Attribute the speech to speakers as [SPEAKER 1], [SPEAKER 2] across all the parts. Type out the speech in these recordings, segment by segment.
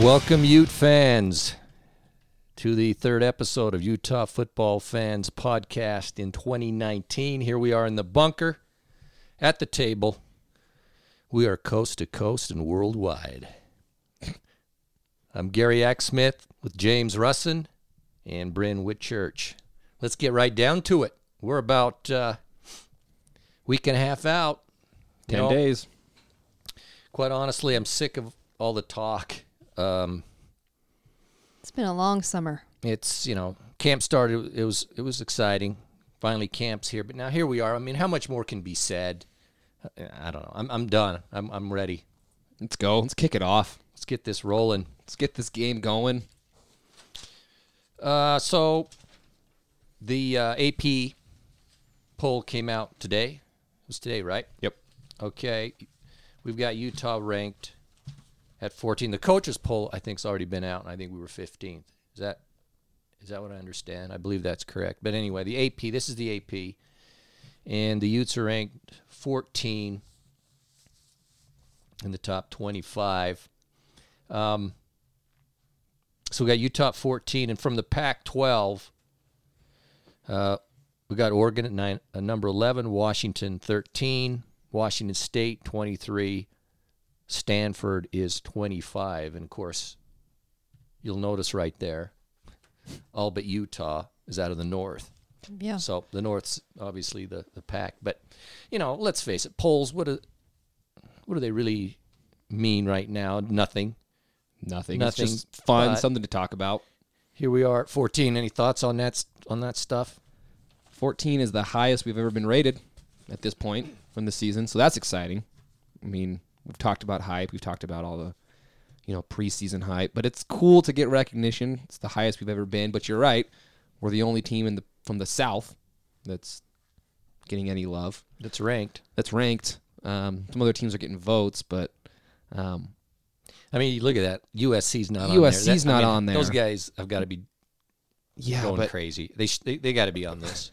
[SPEAKER 1] Welcome, Ute fans, to the third episode of Utah Football Fans Podcast in 2019. Here we are in the bunker at the table. We are coast to coast and worldwide. I'm Gary Ack Smith with James Russin and Bryn Whitchurch. Let's get right down to it. We're about uh, week and a half out. You
[SPEAKER 2] 10
[SPEAKER 1] know,
[SPEAKER 2] days.
[SPEAKER 1] Quite honestly, I'm sick of all the talk. Um,
[SPEAKER 3] It's been a long summer.
[SPEAKER 1] it's you know camp started it was it was exciting finally camps here but now here we are i mean how much more can be said i don't know i'm, I'm done I'm, I'm ready
[SPEAKER 2] Let's go. Let's kick it off.
[SPEAKER 1] let's get this rolling
[SPEAKER 2] Let's get this game going.
[SPEAKER 1] uh, so the uh, ap poll came out today it was today right
[SPEAKER 2] Yep.
[SPEAKER 1] okay we've got utah ranked at 14 the coaches poll i think's already been out and i think we were 15th is that is that what i understand i believe that's correct but anyway the ap this is the ap and the utes are ranked 14 in the top 25 um, so we got utah at 14 and from the pac 12 uh, we got Oregon at nine, uh, number 11, Washington 13, Washington State 23, Stanford is 25. And of course, you'll notice right there, all but Utah is out of the North.
[SPEAKER 3] Yeah.
[SPEAKER 1] So the North's obviously the, the pack. But, you know, let's face it, polls, what do, what do they really mean right now? Nothing.
[SPEAKER 2] Nothing.
[SPEAKER 1] Nothing,
[SPEAKER 2] It's just fun,
[SPEAKER 1] but-
[SPEAKER 2] something to talk about.
[SPEAKER 1] Here we are at 14. Any thoughts on that, st- on that stuff?
[SPEAKER 2] 14 is the highest we've ever been rated at this point from the season, so that's exciting. I mean, we've talked about hype, we've talked about all the you know, preseason hype, but it's cool to get recognition. It's the highest we've ever been, but you're right. We're the only team in the from the south that's getting any love.
[SPEAKER 1] That's ranked.
[SPEAKER 2] That's ranked. Um, some other teams are getting votes, but um,
[SPEAKER 1] I mean, you look at that. USC's not on there.
[SPEAKER 2] USC's
[SPEAKER 1] That- I
[SPEAKER 2] not
[SPEAKER 1] mean,
[SPEAKER 2] on there.
[SPEAKER 1] Those guys have got to be
[SPEAKER 2] yeah,
[SPEAKER 1] going
[SPEAKER 2] but
[SPEAKER 1] crazy. They sh- they, they got to be on this.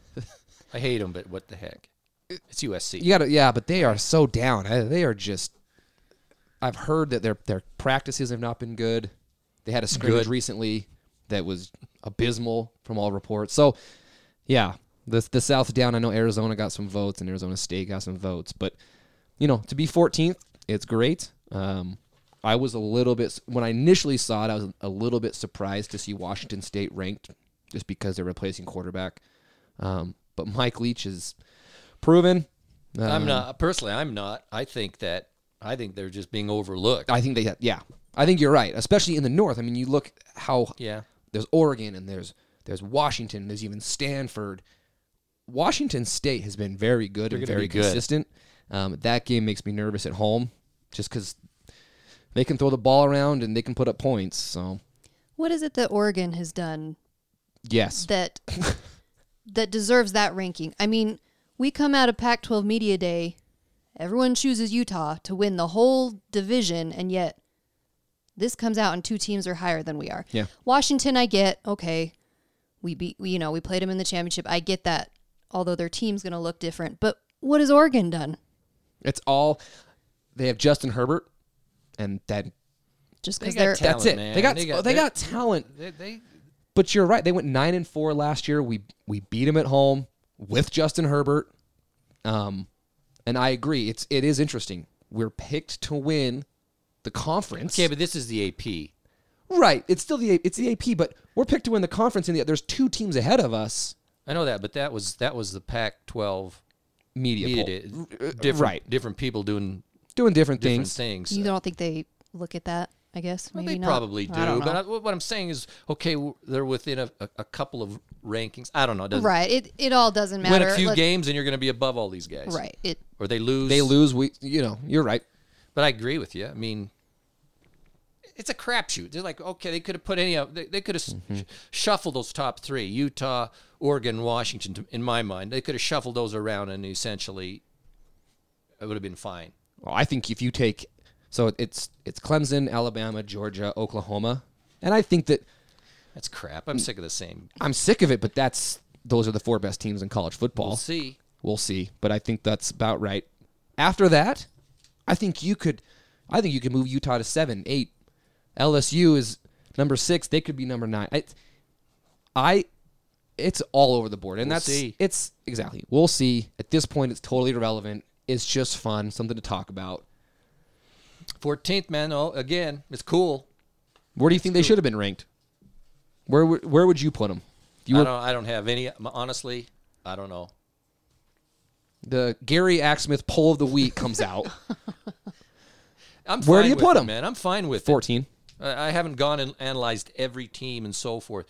[SPEAKER 1] I hate them, but what the heck? It's USC.
[SPEAKER 2] You gotta, yeah, but they are so down. I- They are just. I've heard that their their practices have not been good. They had a scrimmage
[SPEAKER 1] Good.
[SPEAKER 2] recently that was abysmal from all reports. So, yeah, the the South down. I know Arizona got some votes and Arizona State got some votes, but you know, to be 14th, it's great. Um, I was a little bit when I initially saw it, I was a little bit surprised to see Washington State ranked just because they're replacing quarterback. Um, but Mike Leach is proven.
[SPEAKER 1] I'm
[SPEAKER 2] Um,
[SPEAKER 1] not personally. I'm not. I think that I think they're just being overlooked.
[SPEAKER 2] I think they, yeah, I think you're right, especially in the North. I mean, you look how
[SPEAKER 1] yeah.
[SPEAKER 2] there's Oregon and there's there's Washington, there's even Stanford. Washington State has been very good and
[SPEAKER 1] gonna
[SPEAKER 2] very
[SPEAKER 1] be good.
[SPEAKER 2] consistent. Um, that game makes me nervous at home, just because they can throw the ball around and they can put up points. So
[SPEAKER 3] What is it that Oregon has done
[SPEAKER 2] yes,
[SPEAKER 3] that that deserves that ranking? I mean, we come out of Pac-12 Media Day, everyone chooses Utah to win the whole division and yet this comes out and two teams are higher than we are.
[SPEAKER 2] Yeah.
[SPEAKER 3] Washington I get, okay. We beat we, you know, we played them in the championship. I get that. Although their team's going to look different, but what has Oregon done?
[SPEAKER 2] it's all they have Justin Herbert, and that
[SPEAKER 3] Just
[SPEAKER 1] They
[SPEAKER 3] because
[SPEAKER 1] got
[SPEAKER 3] they're
[SPEAKER 1] talent,
[SPEAKER 2] that's it.
[SPEAKER 1] man.
[SPEAKER 2] They got
[SPEAKER 1] They
[SPEAKER 2] they
[SPEAKER 1] got-
[SPEAKER 2] got,
[SPEAKER 1] they-
[SPEAKER 2] talent.
[SPEAKER 1] They, they
[SPEAKER 2] But you're right. They went nine and four last year. We we beat them at home with Justin Herbert. Um, and I agree. It's it is interesting. We're picked to win the conference.
[SPEAKER 1] okay, but this is the AP.
[SPEAKER 2] right. It's still the A- it's the AP, but we're picked to win the conference. And the, there's two teams ahead of us.
[SPEAKER 1] I know that, but that was that was the Pac-12
[SPEAKER 2] Media,
[SPEAKER 1] needed
[SPEAKER 2] poll.
[SPEAKER 1] it. Different,
[SPEAKER 2] uh, right.
[SPEAKER 1] Different people doing
[SPEAKER 2] doing different,
[SPEAKER 1] different
[SPEAKER 2] things.
[SPEAKER 1] things.
[SPEAKER 3] You don't think they look at that? I guess
[SPEAKER 1] Well,
[SPEAKER 3] maybe
[SPEAKER 1] they
[SPEAKER 3] not.
[SPEAKER 1] probably do,
[SPEAKER 3] I don't
[SPEAKER 1] but
[SPEAKER 3] know.
[SPEAKER 1] I, what I'm saying is, okay, w- they're within a, a, a couple of rankings. I don't know. It doesn't
[SPEAKER 3] right. It it all doesn't matter.
[SPEAKER 1] win a few
[SPEAKER 3] Let-
[SPEAKER 1] games and you're going to be above all these guys.
[SPEAKER 3] Right. It
[SPEAKER 1] Or they lose.
[SPEAKER 2] They lose. We you know you're right.
[SPEAKER 1] But I agree with you. I mean, it's a crapshoot. They're like, okay, they could have put any of they, they could have
[SPEAKER 2] Mm-hmm.
[SPEAKER 1] sh- shuffled those top three: Utah, Oregon, Washington. to- In my mind, they could have shuffled those around, and essentially, it would have been fine.
[SPEAKER 2] Well, I think if you take so it's it's Clemson, Alabama, Georgia, Oklahoma, and I think that
[SPEAKER 1] That's crap. I'm sick of the same.
[SPEAKER 2] I'm sick of it. But that's those are the four best teams in college football.
[SPEAKER 1] We'll see.
[SPEAKER 2] We'll see, but I think that's about right. After that, I think you could, I think you could move Utah to seven, eight. LSU is number six. They could be number nine. I, I it's all over the board, and
[SPEAKER 1] We'll
[SPEAKER 2] that's
[SPEAKER 1] see.
[SPEAKER 2] it's exactly. We'll see. At this point, it's totally irrelevant. It's just fun, something to talk about.
[SPEAKER 1] 14th, man. Oh, again, it's cool.
[SPEAKER 2] Where do you think they should have been ranked? Where would- where would you put them? You
[SPEAKER 1] I
[SPEAKER 2] were,
[SPEAKER 1] don't. I don't have any. Honestly, I don't know.
[SPEAKER 2] the Gary Axsmith poll of the week comes out
[SPEAKER 1] I'm
[SPEAKER 2] Where
[SPEAKER 1] fine
[SPEAKER 2] do you
[SPEAKER 1] with
[SPEAKER 2] put
[SPEAKER 1] it,
[SPEAKER 2] 'em?
[SPEAKER 1] man? I'm fine with it.
[SPEAKER 2] 14.
[SPEAKER 1] I I haven't gone and analyzed every team and so forth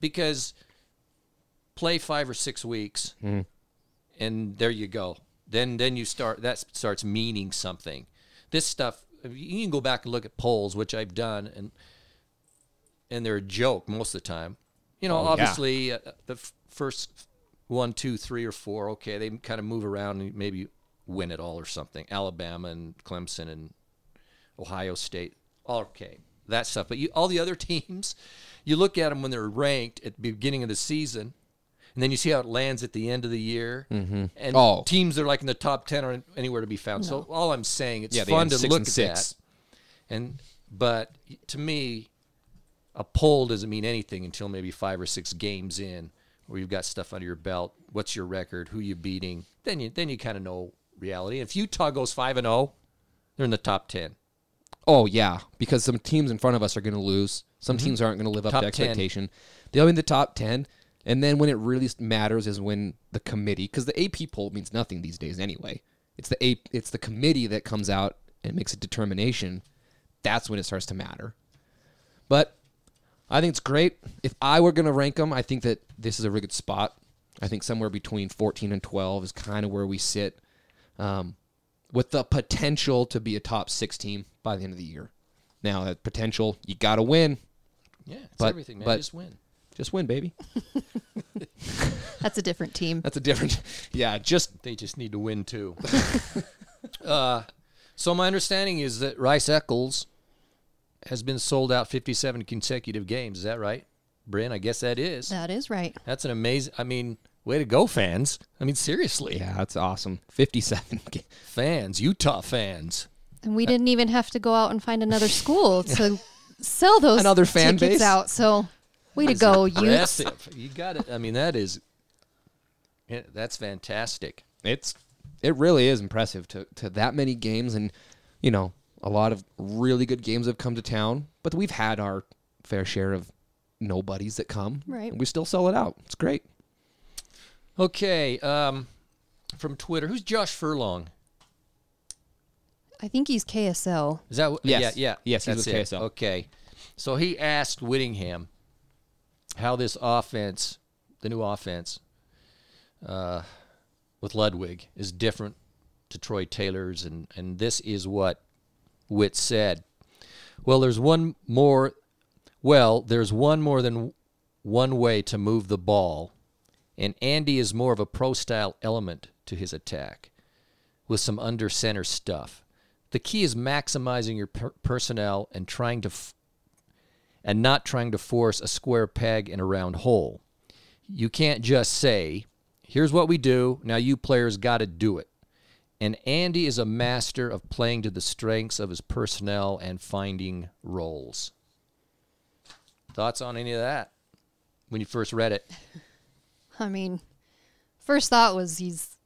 [SPEAKER 1] because play five or six weeks and there you go. Then then you start that starts meaning something. This stuff you can go back and look at polls, which I've done, and and they're a joke most of the time. You know,
[SPEAKER 2] yeah.
[SPEAKER 1] obviously uh, the f- first one, two, three, or four, okay, they kind of move around and maybe win it all or something. Alabama and Clemson and Ohio State. Okay, that stuff. But you, all the other teams, you look at them when they're ranked at the beginning of the season, and then you see how it lands at the end of the year. Mm-hmm. And
[SPEAKER 2] Oh.
[SPEAKER 1] teams that are like in the top ten are anywhere to be found. So all I'm saying, it's
[SPEAKER 2] Yeah, they
[SPEAKER 1] fun
[SPEAKER 2] end
[SPEAKER 1] to
[SPEAKER 2] six
[SPEAKER 1] look
[SPEAKER 2] and
[SPEAKER 1] at
[SPEAKER 2] six.
[SPEAKER 1] that. And but to me, a poll doesn't mean anything until maybe five or six games in, where you've got stuff under your belt. What's your record? Who you beating? Then you then you kind of know reality. If Utah goes five and zero, they're in the top ten.
[SPEAKER 2] Oh yeah, because some teams in front of us are going to lose. Some teams aren't going to live up
[SPEAKER 1] Top
[SPEAKER 2] to
[SPEAKER 1] 10.
[SPEAKER 2] expectation. They'll be in the top ten, and then when it really s- matters is when the committee, because the AP poll means nothing these days anyway. It's the AP, it's the committee that comes out and makes a determination. That's when it starts to matter. But I think it's great. If I were going to rank them, I think that this is a really good spot. I think somewhere between 14 and 12 is kind of where we sit um, with the potential to be a top six team by the end of the year. Now, that potential, you got to win.
[SPEAKER 1] Yeah, it's
[SPEAKER 2] But-
[SPEAKER 1] everything, man.
[SPEAKER 2] but-
[SPEAKER 1] Just win.
[SPEAKER 2] Just win, baby.
[SPEAKER 3] That's a different team.
[SPEAKER 2] That's a different. Yeah, just.
[SPEAKER 1] They just need to win too. uh, so my understanding is that Rice Eccles has been sold out 57 consecutive games. Is that right, Bryn? I guess that is.
[SPEAKER 3] That is right.
[SPEAKER 1] That's an amazing. I mean, way to go, fans. I mean, seriously,
[SPEAKER 2] Yeah, that's awesome. 57.
[SPEAKER 1] fans, Utah fans.
[SPEAKER 3] And we didn't even have to go out and find another school to sell those
[SPEAKER 2] Another fan
[SPEAKER 3] tickets
[SPEAKER 2] base?
[SPEAKER 3] out. So way to go, you.
[SPEAKER 1] Impressive. you got it. I mean, that is. yeah, That's fantastic.
[SPEAKER 2] It's. It really is impressive to, to that many games. And, you know, a lot of really good games have come to town, but we've had our fair share of nobodies that come.
[SPEAKER 3] Right.
[SPEAKER 2] And we still sell it out. It's great.
[SPEAKER 1] Okay, um, from Twitter, who's Josh Furlong?
[SPEAKER 3] I think he's KSL.
[SPEAKER 1] Is that what?
[SPEAKER 2] Yes.
[SPEAKER 1] Yeah, yeah.
[SPEAKER 2] Yes, he's
[SPEAKER 1] that's
[SPEAKER 2] with
[SPEAKER 1] it.
[SPEAKER 2] KSL.
[SPEAKER 1] Okay. So he asked Whittingham how this offense, the new offense uh, with Ludwig, is different to Troy Taylor's. And, and this is what Witt said. Well, there's one more. Well, there's one more than one way to move the ball, and Andy is more of a pro style element to his attack with some under center stuff. The key is maximizing your per- personnel and trying to f- and not trying to force a square peg in a round hole. You can't just say, "Here's what we do, now you players got to do it." And Andy is a master of playing to the strengths of his personnel and finding roles. Thoughts on any of that when you first read it?
[SPEAKER 3] I mean, first thought was he's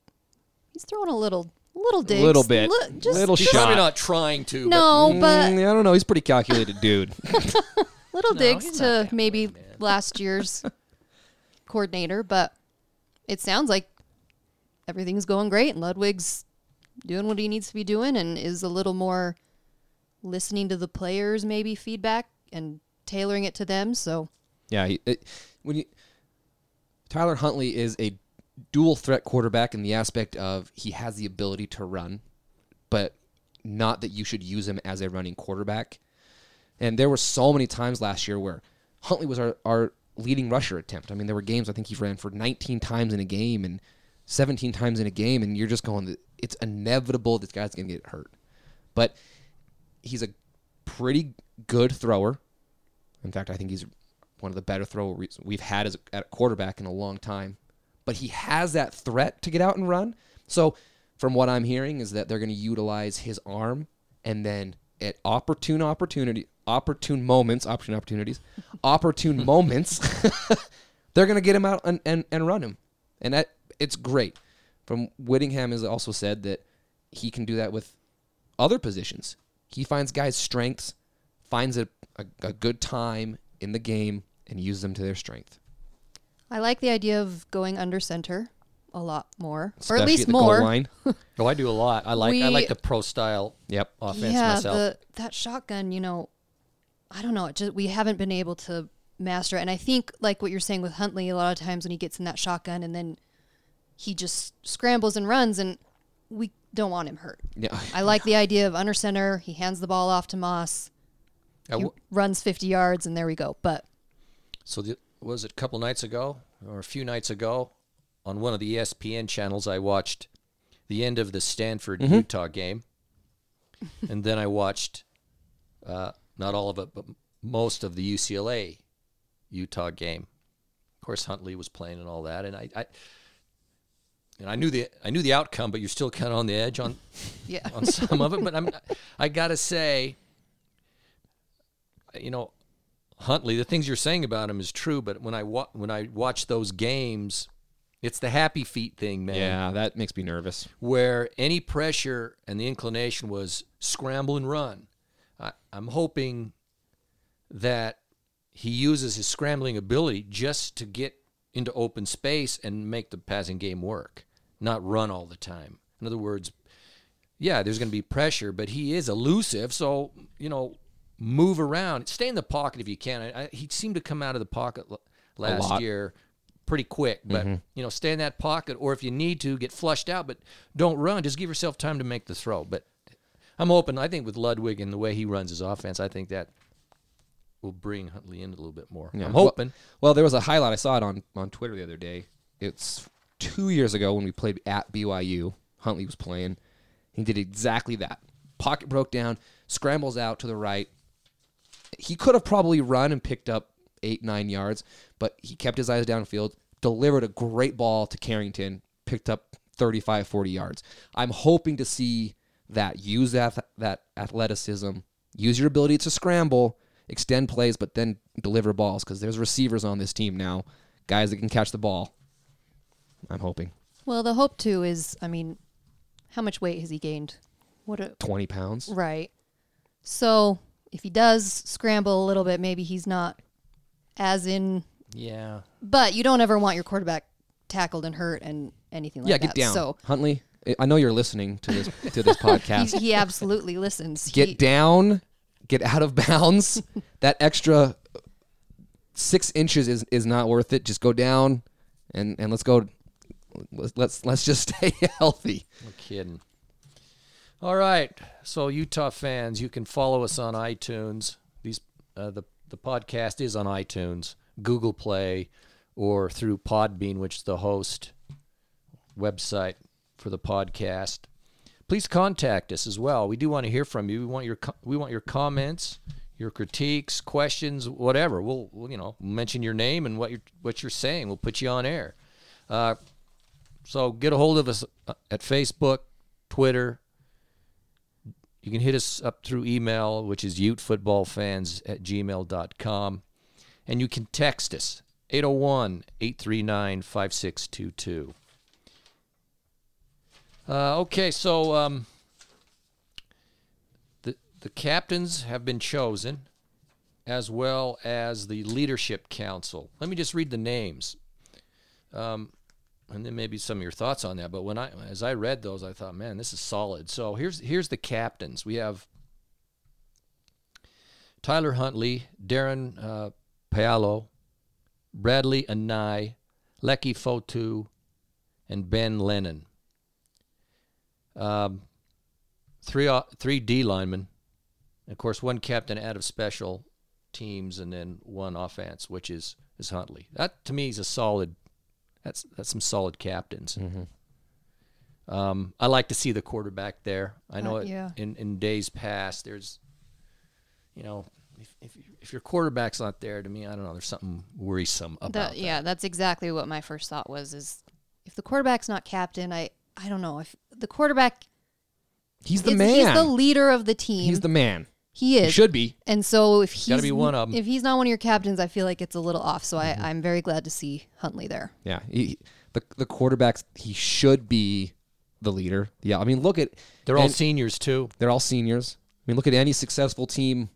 [SPEAKER 3] he's throwing a little little digs,
[SPEAKER 2] Little bit.
[SPEAKER 3] li- just,
[SPEAKER 2] Little
[SPEAKER 3] just-
[SPEAKER 2] shot.
[SPEAKER 1] Probably not trying to. but-
[SPEAKER 3] No, but
[SPEAKER 2] Mm, I don't know. He's a pretty calculated dude.
[SPEAKER 3] little digs
[SPEAKER 1] he's not
[SPEAKER 3] to
[SPEAKER 1] that
[SPEAKER 3] maybe
[SPEAKER 1] way, man.
[SPEAKER 3] last year's coordinator, but it sounds like everything's going great and Ludwig's doing what he needs to be doing and is a little more listening to the players maybe feedback and tailoring it to them. So
[SPEAKER 2] Yeah, he, it, when you Tyler Huntley is a dual threat quarterback in the aspect of he has the ability to run, but not that you should use him as a running quarterback. And there were so many times last year where Huntley was our, our leading rusher attempt. I mean, there were games I think he ran for 19 times in a game and 17 times in a game, and you're just going, it's inevitable this guy's going to get hurt. But he's a pretty good thrower. In fact, I think he's one of the better throwers we've had as a, at a quarterback in a long time. But he has that threat to get out and run. So, from what I'm hearing, is that they're going to utilize his arm and then at opportune opportunity opportune moments, opportune opportunities, opportune moments, they're going to get him out and, and, and run him. And that it's great. From Whittingham has also said that he can do that with other positions. He finds guys' strengths, finds a, a, a good time in the game, and uses them to their strength.
[SPEAKER 3] I like the idea of going under center a lot more, or
[SPEAKER 2] Especially
[SPEAKER 3] at
[SPEAKER 2] at
[SPEAKER 3] least
[SPEAKER 2] the goal
[SPEAKER 3] more.
[SPEAKER 2] line.
[SPEAKER 1] Oh, I do a lot. I like I
[SPEAKER 3] We-
[SPEAKER 1] like the pro style
[SPEAKER 2] Yep.
[SPEAKER 1] offense
[SPEAKER 3] Yeah,
[SPEAKER 1] myself.
[SPEAKER 3] the, that shotgun. You know, I don't know. It just we haven't been able to master. it. And I think like what you're saying with Huntley, a lot of times when he gets in that shotgun and then he just scrambles and runs, and we don't want him hurt.
[SPEAKER 2] Yeah.
[SPEAKER 1] Oh
[SPEAKER 3] I like the idea of under center. He hands the ball off to Moss.
[SPEAKER 1] I w-
[SPEAKER 3] He runs 50 yards, and there we go. But
[SPEAKER 1] So the, was it a couple nights ago or a few nights ago on one of the E ESPN channels I watched the end of the Stanford Utah game, and then I watched uh, not all of it, but m- most of the UCLA Utah game. Of course, Huntley was playing and all that, and I. I and I knew the I knew the outcome, but you're still kind of on the edge on
[SPEAKER 3] yeah,
[SPEAKER 1] on some of it, but I'm I gotta say, you know, Huntley, the things you're saying about him is true. But when I wa- when I watch those games, it's the happy feet thing, man.
[SPEAKER 2] Yeah, that makes me nervous.
[SPEAKER 1] Where any pressure and the inclination was scramble and run. I, I'm hoping that he uses his scrambling ability just to get into open space and make the passing game work, not run all the time. In other words, yeah, there's going to be pressure, but he is elusive. So, you know, move around, stay in the pocket if you can. I, I, he seemed to come out of the pocket l- last
[SPEAKER 2] lot.
[SPEAKER 1] year pretty quick, but, you know, stay in that pocket or if you need to, get flushed out, but don't run. Just give yourself time to make the throw. But I'm hoping, I think with Ludwig and the way he runs his offense, I think that will bring Huntley in a little bit more.
[SPEAKER 2] Yeah.
[SPEAKER 1] I'm
[SPEAKER 2] Well-
[SPEAKER 1] hoping.
[SPEAKER 2] Well, there was a highlight I saw it on on Twitter the other day. It's two years ago when we played at BYU. Huntley was playing. He did exactly that. Pocket broke down, scrambles out to the right. He could have probably run and picked up eight nine yards, but he kept his eyes downfield. Delivered a great ball to Carrington. Picked up 35, 40 yards. I'm hoping to see that use that that athleticism, use your ability to scramble, extend plays, but then deliver balls because there's receivers on this team now, guys that can catch the ball. I'm hoping
[SPEAKER 3] Well, the hope too is, I mean, how much weight has he gained? What a
[SPEAKER 2] 20 pounds.
[SPEAKER 3] right. So if he does scramble a little bit, maybe he's not as in.
[SPEAKER 1] Yeah.
[SPEAKER 3] But you don't ever want your quarterback tackled and hurt and anything like
[SPEAKER 2] yeah, get
[SPEAKER 3] that.
[SPEAKER 2] down,
[SPEAKER 3] So
[SPEAKER 2] Huntley. I- I know you're listening to this to this podcast.
[SPEAKER 3] he, he absolutely listens.
[SPEAKER 2] get
[SPEAKER 3] He-
[SPEAKER 2] down, get out of bounds. that extra six inches is, is not worth it. Just go down, and, and let's go. Let's, let's let's just stay healthy.
[SPEAKER 1] No kidding. All right. So Utah fans, you can follow us on iTunes. These uh, the the podcast is on iTunes, Google Play, or through Podbean, which is the host website for the podcast. Please contact us as well. We do want to hear from you. We want your co- we want your comments, your critiques, questions, whatever. We'll, we'll you know mention your name and what you're what you're saying. We'll put you on air. Uh, so get a hold of us uh, at Facebook, Twitter. You can hit us up through email, which is utefootballfans at gmail.com. And you can text us, 801 839 5622. Uh, Okay, so um, the, the captains have been chosen, as well as the leadership council. Let me just read the names and then maybe some of your thoughts on that. But when I, as I read those, I thought, man, this is solid. So here's here's the captains. We have Tyler Huntley, Darren uh, Paolo, Bradley Anai, Lecky Fotu, and Ben Lennon. Um, three o- three D linemen, And of course, one captain out of special teams, and then one offense, which is is Huntley. That to me is a solid that's that's some solid captains. Um, I like to see the quarterback there. I know
[SPEAKER 3] Uh,
[SPEAKER 1] it,
[SPEAKER 3] yeah.
[SPEAKER 1] in in days past, there's, you know, if, if if your quarterback's not there, to me, I don't know, there's something worrisome about
[SPEAKER 3] That,
[SPEAKER 1] that.
[SPEAKER 3] yeah, that's exactly what my first thought was. Is if the quarterback's not captain, I I don't know if the quarterback
[SPEAKER 2] He's the
[SPEAKER 3] is-
[SPEAKER 2] man.
[SPEAKER 3] He's the leader of the team.
[SPEAKER 2] He's the man.
[SPEAKER 3] He
[SPEAKER 2] He
[SPEAKER 3] is.
[SPEAKER 2] should be.
[SPEAKER 3] And so if he's
[SPEAKER 1] Gotta be one of 'em.
[SPEAKER 3] if he's not one of your captains, I feel like it's a little off. So I, I'm very glad to see Huntley there.
[SPEAKER 2] Yeah, he, he- the the quarterbacks he should be the leader. Yeah, I mean look at
[SPEAKER 1] They're all
[SPEAKER 2] and
[SPEAKER 1] seniors too.
[SPEAKER 2] they're all seniors. I mean look at any successful team,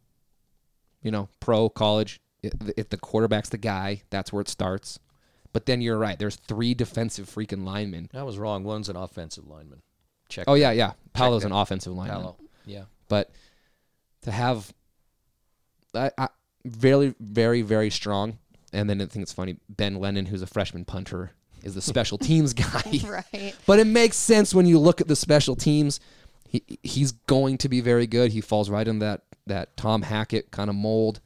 [SPEAKER 2] you know, pro college. If the- If the quarterback's the guy, that's where it starts. But then you're right. There's three defensive freaking linemen.
[SPEAKER 1] I was wrong. One's an offensive lineman. Check.
[SPEAKER 2] Oh yeah, yeah. Paolo's an offensive lineman.
[SPEAKER 1] Paolo. Yeah.
[SPEAKER 2] but to have I, I very very very strong and then i think it's funny ben lennon who's a freshman punter is the special teams guy
[SPEAKER 3] Right.
[SPEAKER 2] but it makes sense when you look at the special teams he, he's going to be very good he falls right in that that tom hackett kind of mold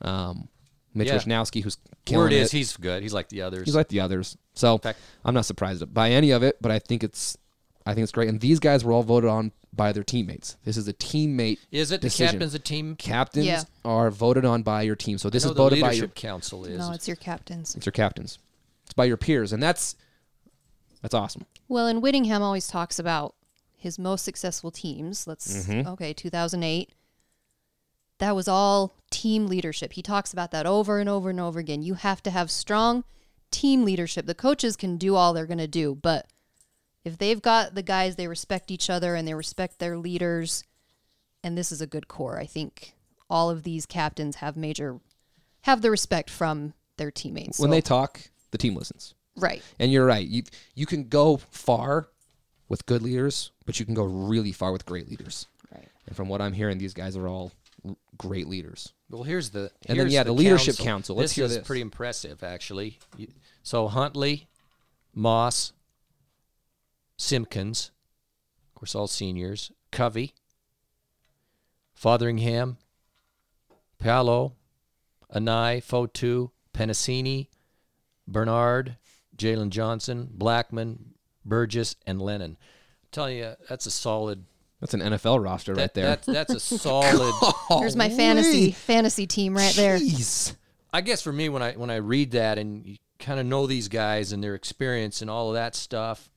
[SPEAKER 2] um, mitch
[SPEAKER 1] Yeah.
[SPEAKER 2] wisnowski who's killing
[SPEAKER 1] Word
[SPEAKER 2] it.
[SPEAKER 1] is he's good. He's like the others.
[SPEAKER 2] He's like the others. So
[SPEAKER 1] fact-
[SPEAKER 2] I'm not surprised by any of it, but I think it's I think it's great. And these guys were all voted on by their teammates. This is a teammate.
[SPEAKER 1] is it the
[SPEAKER 2] decision.
[SPEAKER 1] captain's a team?
[SPEAKER 2] Captains
[SPEAKER 3] Yeah.
[SPEAKER 2] are voted on by your team. So this
[SPEAKER 1] no,
[SPEAKER 2] is
[SPEAKER 1] the
[SPEAKER 2] voted
[SPEAKER 1] leadership
[SPEAKER 2] by your
[SPEAKER 1] council is.
[SPEAKER 3] No, it's your captains.
[SPEAKER 2] it's your captains. It's by your peers, and that's that's awesome.
[SPEAKER 3] Well, and Whittingham always talks about his most successful teams. Let's okay, 2008. That was all team leadership. He talks about that over and over and over again. You have to have strong team leadership. The coaches can do all they're going to do, but if they've got the guys they respect each other and they respect their leaders, and this is a good core, I think all of these captains have major have the respect from their teammates.
[SPEAKER 2] When
[SPEAKER 3] So-
[SPEAKER 2] they talk, the team listens.
[SPEAKER 3] right.
[SPEAKER 2] And you're right. You you can go far with good leaders, but you can go really far with great leaders.
[SPEAKER 3] Right.
[SPEAKER 2] And from what I'm hearing, these guys are all great leaders.
[SPEAKER 1] Well, here's the
[SPEAKER 2] And then,
[SPEAKER 1] here's
[SPEAKER 2] yeah, the leadership council. Let's
[SPEAKER 1] this
[SPEAKER 2] hear
[SPEAKER 1] is
[SPEAKER 2] this.
[SPEAKER 1] pretty impressive, actually. You- So Huntley, Moss, Simpkins, of course, all seniors. Covey, Fotheringham, Paolo, Anai, Fotu, Penasini, Bernard, Jalen Johnson, Blackman, Burgess, and Lennon. I'm telling you, that's a solid.
[SPEAKER 2] That's an NFL roster right
[SPEAKER 1] That,
[SPEAKER 2] there.
[SPEAKER 1] that's that's a solid.
[SPEAKER 3] There's my fantasy fantasy team right there.
[SPEAKER 2] Jeez.
[SPEAKER 1] I guess for me, when I when I read that and you kind of know these guys and their experience and all of that stuff,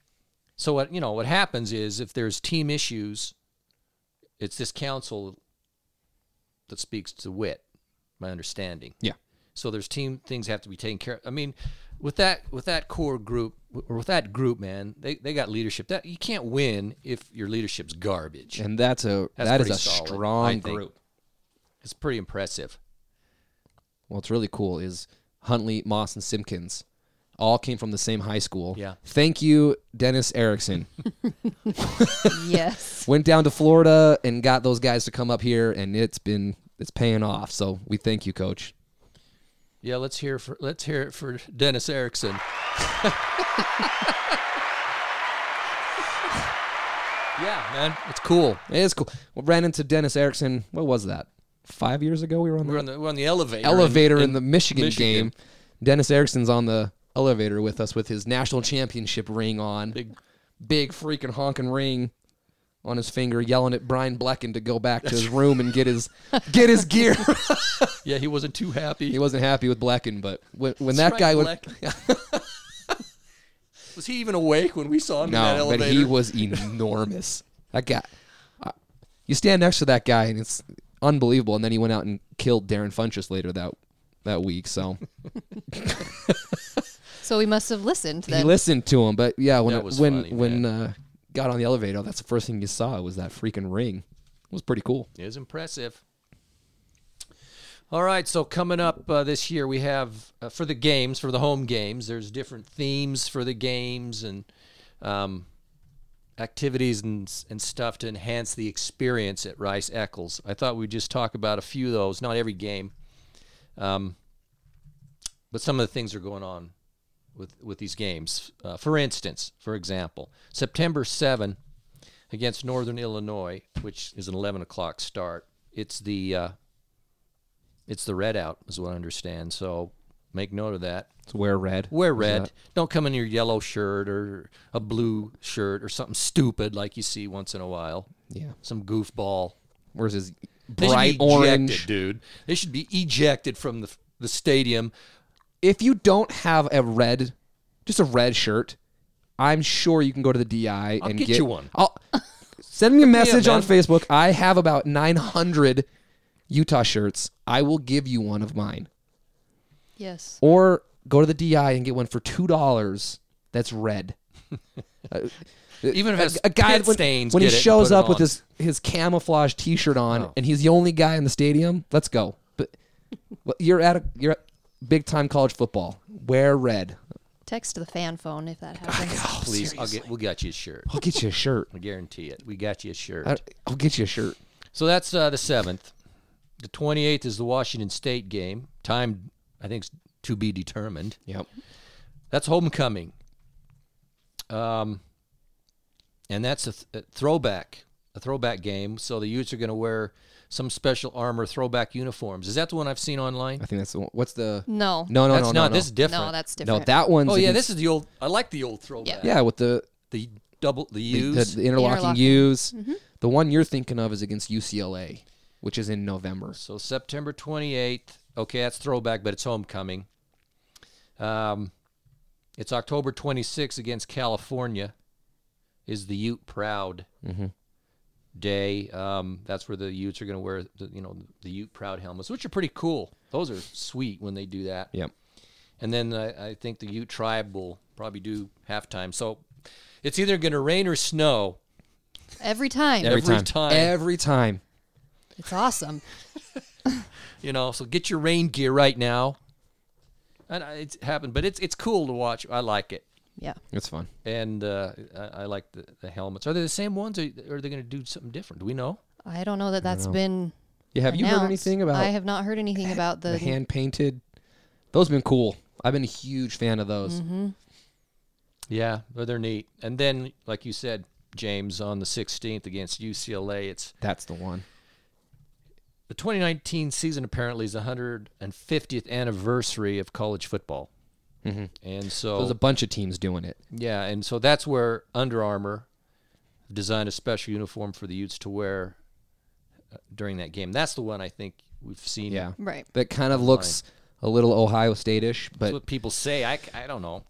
[SPEAKER 1] so what you know what happens is if there's team issues, it's this council that speaks to wit. My understanding.
[SPEAKER 2] Yeah.
[SPEAKER 1] So there's team things have to be taken care of. I mean, with that with that core group or with that group, man, they, they got leadership. That you can't win if your leadership's garbage.
[SPEAKER 2] And that's a
[SPEAKER 1] That's
[SPEAKER 2] that's that is
[SPEAKER 1] pretty
[SPEAKER 2] a
[SPEAKER 1] solid, I
[SPEAKER 2] strong
[SPEAKER 1] think.
[SPEAKER 2] group.
[SPEAKER 1] It's pretty impressive.
[SPEAKER 2] What's really cool is Huntley, Moss, and Simpkins all came from the same high school.
[SPEAKER 1] Yeah.
[SPEAKER 2] Thank you, Dennis Erickson.
[SPEAKER 3] yes.
[SPEAKER 2] Went down to Florida and got those guys to come up here, and it's been it's paying off. So we thank you, Coach.
[SPEAKER 1] Yeah, let's hear for let's hear it for Dennis Erickson. yeah, man, it's cool.
[SPEAKER 2] It is cool. We ran into Dennis Erickson. What was that? Five years ago, we were on
[SPEAKER 1] We're
[SPEAKER 2] the
[SPEAKER 1] on the we're on the elevator.
[SPEAKER 2] elevator in, the
[SPEAKER 1] in
[SPEAKER 2] Michigan,
[SPEAKER 1] Michigan.
[SPEAKER 2] game. Dennis Erickson's on the elevator with us with his national championship ring on.
[SPEAKER 1] Big-
[SPEAKER 2] big freaking honking ring on his finger, yelling at Brian Blecken to go back to his room and get his get his gear.
[SPEAKER 1] yeah, he wasn't too
[SPEAKER 2] he
[SPEAKER 1] happy.
[SPEAKER 2] wasn't happy with Blecken, but when, when that
[SPEAKER 1] That's
[SPEAKER 2] guy
[SPEAKER 1] right,
[SPEAKER 2] was
[SPEAKER 1] Was he even awake when we saw him in that
[SPEAKER 2] no,
[SPEAKER 1] elevator?
[SPEAKER 2] but he was enormous. that guy, I- you stand next to that guy and it's unbelievable. And then he went out and killed Darren Funchess later that that week. So
[SPEAKER 3] So we must have listened
[SPEAKER 2] he
[SPEAKER 3] then.
[SPEAKER 2] listened to him, but yeah, when
[SPEAKER 1] That
[SPEAKER 2] it-
[SPEAKER 1] was
[SPEAKER 2] when
[SPEAKER 1] funny,
[SPEAKER 2] when uh, got on the elevator, that's the first thing you saw was that freaking ring. It was pretty cool.
[SPEAKER 1] It was impressive. All right, so coming up uh, this year, we have uh, for the games, for the home games, there's different themes for the games and um, activities and, and stuff to enhance the experience at Rice Eccles. I thought we'd just talk about a few of those, not every game, um, but some of the things are going on with, with these games. Uh, for instance, for example, September 7 against Northern Illinois, which is an 11 o'clock start. It's the uh, it's the red out, is what I understand. So make note of that.
[SPEAKER 2] To wear red.
[SPEAKER 1] Wear red. Don't come in your yellow shirt or a blue shirt or something stupid like you see once in a while.
[SPEAKER 2] Yeah.
[SPEAKER 1] Some goofball.
[SPEAKER 2] Where's his
[SPEAKER 1] They should be
[SPEAKER 2] bright
[SPEAKER 1] ejected,
[SPEAKER 2] orange?
[SPEAKER 1] dude. They should be ejected from the the stadium.
[SPEAKER 2] If you don't have a red, just a red shirt, I'm sure you can go to the DI and
[SPEAKER 1] get you one.
[SPEAKER 2] I'll send me a message on
[SPEAKER 1] man.
[SPEAKER 2] Facebook. I have about 900 Utah shirts, I will give you one of mine.
[SPEAKER 3] Yes.
[SPEAKER 2] Or go to the DI and get one for two dollars that's red.
[SPEAKER 1] Even if it's
[SPEAKER 2] Uh, a guy
[SPEAKER 1] pit
[SPEAKER 2] when,
[SPEAKER 1] stains,
[SPEAKER 2] when he
[SPEAKER 1] get it and
[SPEAKER 2] shows
[SPEAKER 1] put it
[SPEAKER 2] up with
[SPEAKER 1] on.
[SPEAKER 2] his his camouflage T-shirt on,
[SPEAKER 1] Oh.
[SPEAKER 2] and he's the only guy in the stadium. Let's go. But well, you're at a you're at big time college football. Wear red.
[SPEAKER 3] Text the fan phone if that happens.
[SPEAKER 1] please, I'll get we'll get you a shirt.
[SPEAKER 2] I'll get you a shirt.
[SPEAKER 1] I guarantee it. We got you a shirt.
[SPEAKER 2] I, will get you a shirt.
[SPEAKER 1] So that's uh, the seventh. The twenty eighth is the Washington State game. Time I think is to be determined.
[SPEAKER 2] Yep.
[SPEAKER 1] That's homecoming. Um, and that's a, th- a throwback, a throwback game. So the Utes are going to wear some special armor throwback uniforms. Is that the one I've seen online?
[SPEAKER 2] I think that's the one. What's the
[SPEAKER 3] no.
[SPEAKER 2] no no
[SPEAKER 1] that's
[SPEAKER 2] no
[SPEAKER 1] not.
[SPEAKER 2] no
[SPEAKER 1] This is different.
[SPEAKER 3] No, that's
[SPEAKER 2] no
[SPEAKER 3] different.
[SPEAKER 2] that one's
[SPEAKER 1] Oh yeah,
[SPEAKER 2] against-
[SPEAKER 1] this is the old. I like the old throwback.
[SPEAKER 2] yeah with the
[SPEAKER 1] The double the
[SPEAKER 2] the, the,
[SPEAKER 1] U's.
[SPEAKER 2] the interlocking
[SPEAKER 3] Interlocking. Mm-hmm.
[SPEAKER 2] U's. The one you're thinking of is against UCLA, which is in November.
[SPEAKER 1] So September 28th. Okay, that's throwback, but it's homecoming. Um, it's October 26th against California. Is the Ute proud day? Um, that's where the Utes are going to wear, the, you know, the Ute proud helmets, which are pretty cool. Those are sweet when they do that.
[SPEAKER 2] Yep.
[SPEAKER 1] And then I, I think the Ute tribe will probably do halftime. So it's either going to rain or snow.
[SPEAKER 3] Every time.
[SPEAKER 1] Every time.
[SPEAKER 2] Every time.
[SPEAKER 3] It's awesome.
[SPEAKER 1] you know. So get your rain gear right now. And I- it's happened, but it's it's cool to watch. I like it,
[SPEAKER 3] Yeah.
[SPEAKER 2] It's fun.
[SPEAKER 1] and uh, I, I like the, the helmets. Are they the same ones, or are they going to do something different? Do we know?
[SPEAKER 3] I don't know that that's been.
[SPEAKER 2] Yeah, have you heard
[SPEAKER 3] announced.
[SPEAKER 2] anything about
[SPEAKER 3] I have not heard anything about the.
[SPEAKER 2] the hand painted? Those have been cool. I've been a huge fan of those.
[SPEAKER 3] Mm-hmm.
[SPEAKER 1] Yeah, but they're neat. And then, like you said, James on the 16th against UCLA, it's
[SPEAKER 2] That's the one.
[SPEAKER 1] the 2019 season. Apparently, is the 150th anniversary of college football, and Mm-hmm. so
[SPEAKER 2] There's a bunch of teams doing it.
[SPEAKER 1] Yeah, and so that's where Under Armour designed a special uniform for the Utes to wear uh, during that game. That's the one I think we've seen.
[SPEAKER 2] Yeah.
[SPEAKER 3] Right.
[SPEAKER 2] That kind of looks a little Ohio State ish,
[SPEAKER 1] That's
[SPEAKER 2] but
[SPEAKER 1] what people say. I, c- I don't know.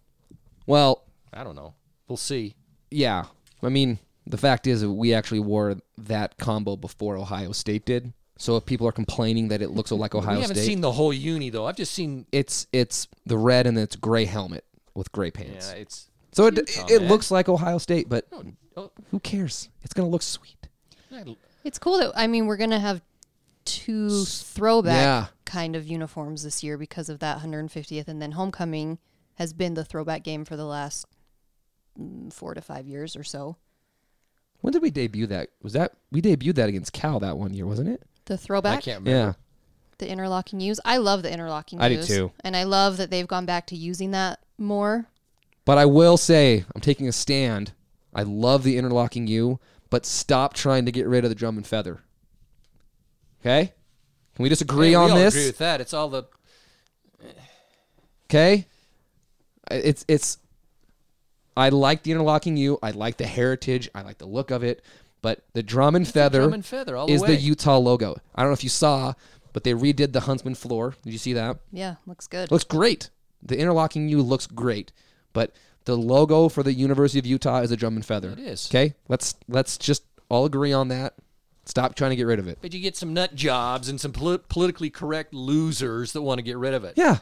[SPEAKER 2] well,
[SPEAKER 1] I don't know. We'll see.
[SPEAKER 2] yeah. I mean, the fact is that we actually wore that combo before Ohio State did. So if people are complaining that it looks like Ohio
[SPEAKER 1] we haven't
[SPEAKER 2] State,
[SPEAKER 1] seen the whole uni though. I've just seen.
[SPEAKER 2] it's it's the red and then it's gray helmet with gray pants.
[SPEAKER 1] Yeah, it's
[SPEAKER 2] so it, it,
[SPEAKER 1] comment.
[SPEAKER 2] looks like Ohio State, but
[SPEAKER 1] oh,
[SPEAKER 2] who cares? It's gonna look sweet.
[SPEAKER 1] I-
[SPEAKER 3] It's cool that I mean we're gonna have two throwback
[SPEAKER 2] Yeah.
[SPEAKER 3] kind of uniforms this year because of that 150th, and then homecoming has been the throwback game for the last mm, four to five years or so.
[SPEAKER 2] When did we debut that? Was that we debuted that against Cal that one year, wasn't it?
[SPEAKER 3] The
[SPEAKER 1] I
[SPEAKER 3] throwback,
[SPEAKER 1] can't remember.
[SPEAKER 2] Yeah.
[SPEAKER 3] the interlocking use. I love the interlocking.
[SPEAKER 2] I do
[SPEAKER 3] use,
[SPEAKER 2] too.
[SPEAKER 3] and I love that they've gone back to using that more.
[SPEAKER 2] But I will say, I'm taking a stand. I love the interlocking U, but stop trying to get rid of the drum and feather. Okay? Can we disagree
[SPEAKER 1] Hey, we
[SPEAKER 2] on
[SPEAKER 1] all
[SPEAKER 2] this?
[SPEAKER 1] Agree with that. It's all the
[SPEAKER 2] Okay? I- It's it's I like the interlocking U. I like the heritage. I like the look of it. But the drum and feather,
[SPEAKER 1] drum and feather all
[SPEAKER 2] is
[SPEAKER 1] the
[SPEAKER 2] the
[SPEAKER 1] way.
[SPEAKER 2] Utah logo. I don't know if you saw, but they redid the Huntsman floor. Did you see that?
[SPEAKER 3] Yeah, looks good.
[SPEAKER 2] looks great. The interlocking U looks great, but the logo for the University of Utah is a drum and feather.
[SPEAKER 1] It is.
[SPEAKER 2] Okay, let's let's just all agree on that. Stop trying to get rid of it.
[SPEAKER 1] but you get some nut jobs and some poli- politically correct losers that want to get rid of it.
[SPEAKER 2] Yeah,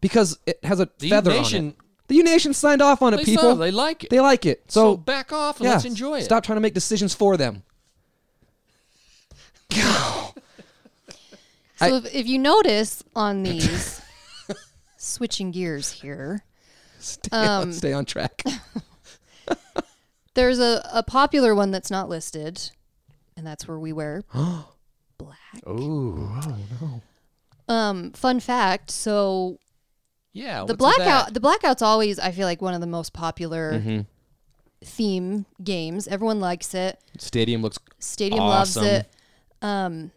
[SPEAKER 2] because it has a
[SPEAKER 1] The
[SPEAKER 2] feather on
[SPEAKER 1] nation-
[SPEAKER 2] it. The U Nation signed off on it.
[SPEAKER 1] They
[SPEAKER 2] people,
[SPEAKER 1] saw, they like it.
[SPEAKER 2] They like it. So,
[SPEAKER 1] so back off and
[SPEAKER 2] yeah,
[SPEAKER 1] let's enjoy it.
[SPEAKER 2] Stop trying to make decisions for them.
[SPEAKER 3] So if, if you notice on these, switching gears here.
[SPEAKER 2] Stay, on, stay on track.
[SPEAKER 3] There's a, a popular one that's not listed, and that's where we wear black.
[SPEAKER 1] Ooh.
[SPEAKER 3] Um, fun fact. So
[SPEAKER 1] Yeah.
[SPEAKER 3] the
[SPEAKER 1] what's with that?
[SPEAKER 3] blackout, the blackout's always, I feel like, one of the most popular theme games. Everyone likes it.
[SPEAKER 2] Stadium looks
[SPEAKER 3] Stadium
[SPEAKER 2] Awesome.
[SPEAKER 3] loves it. Um,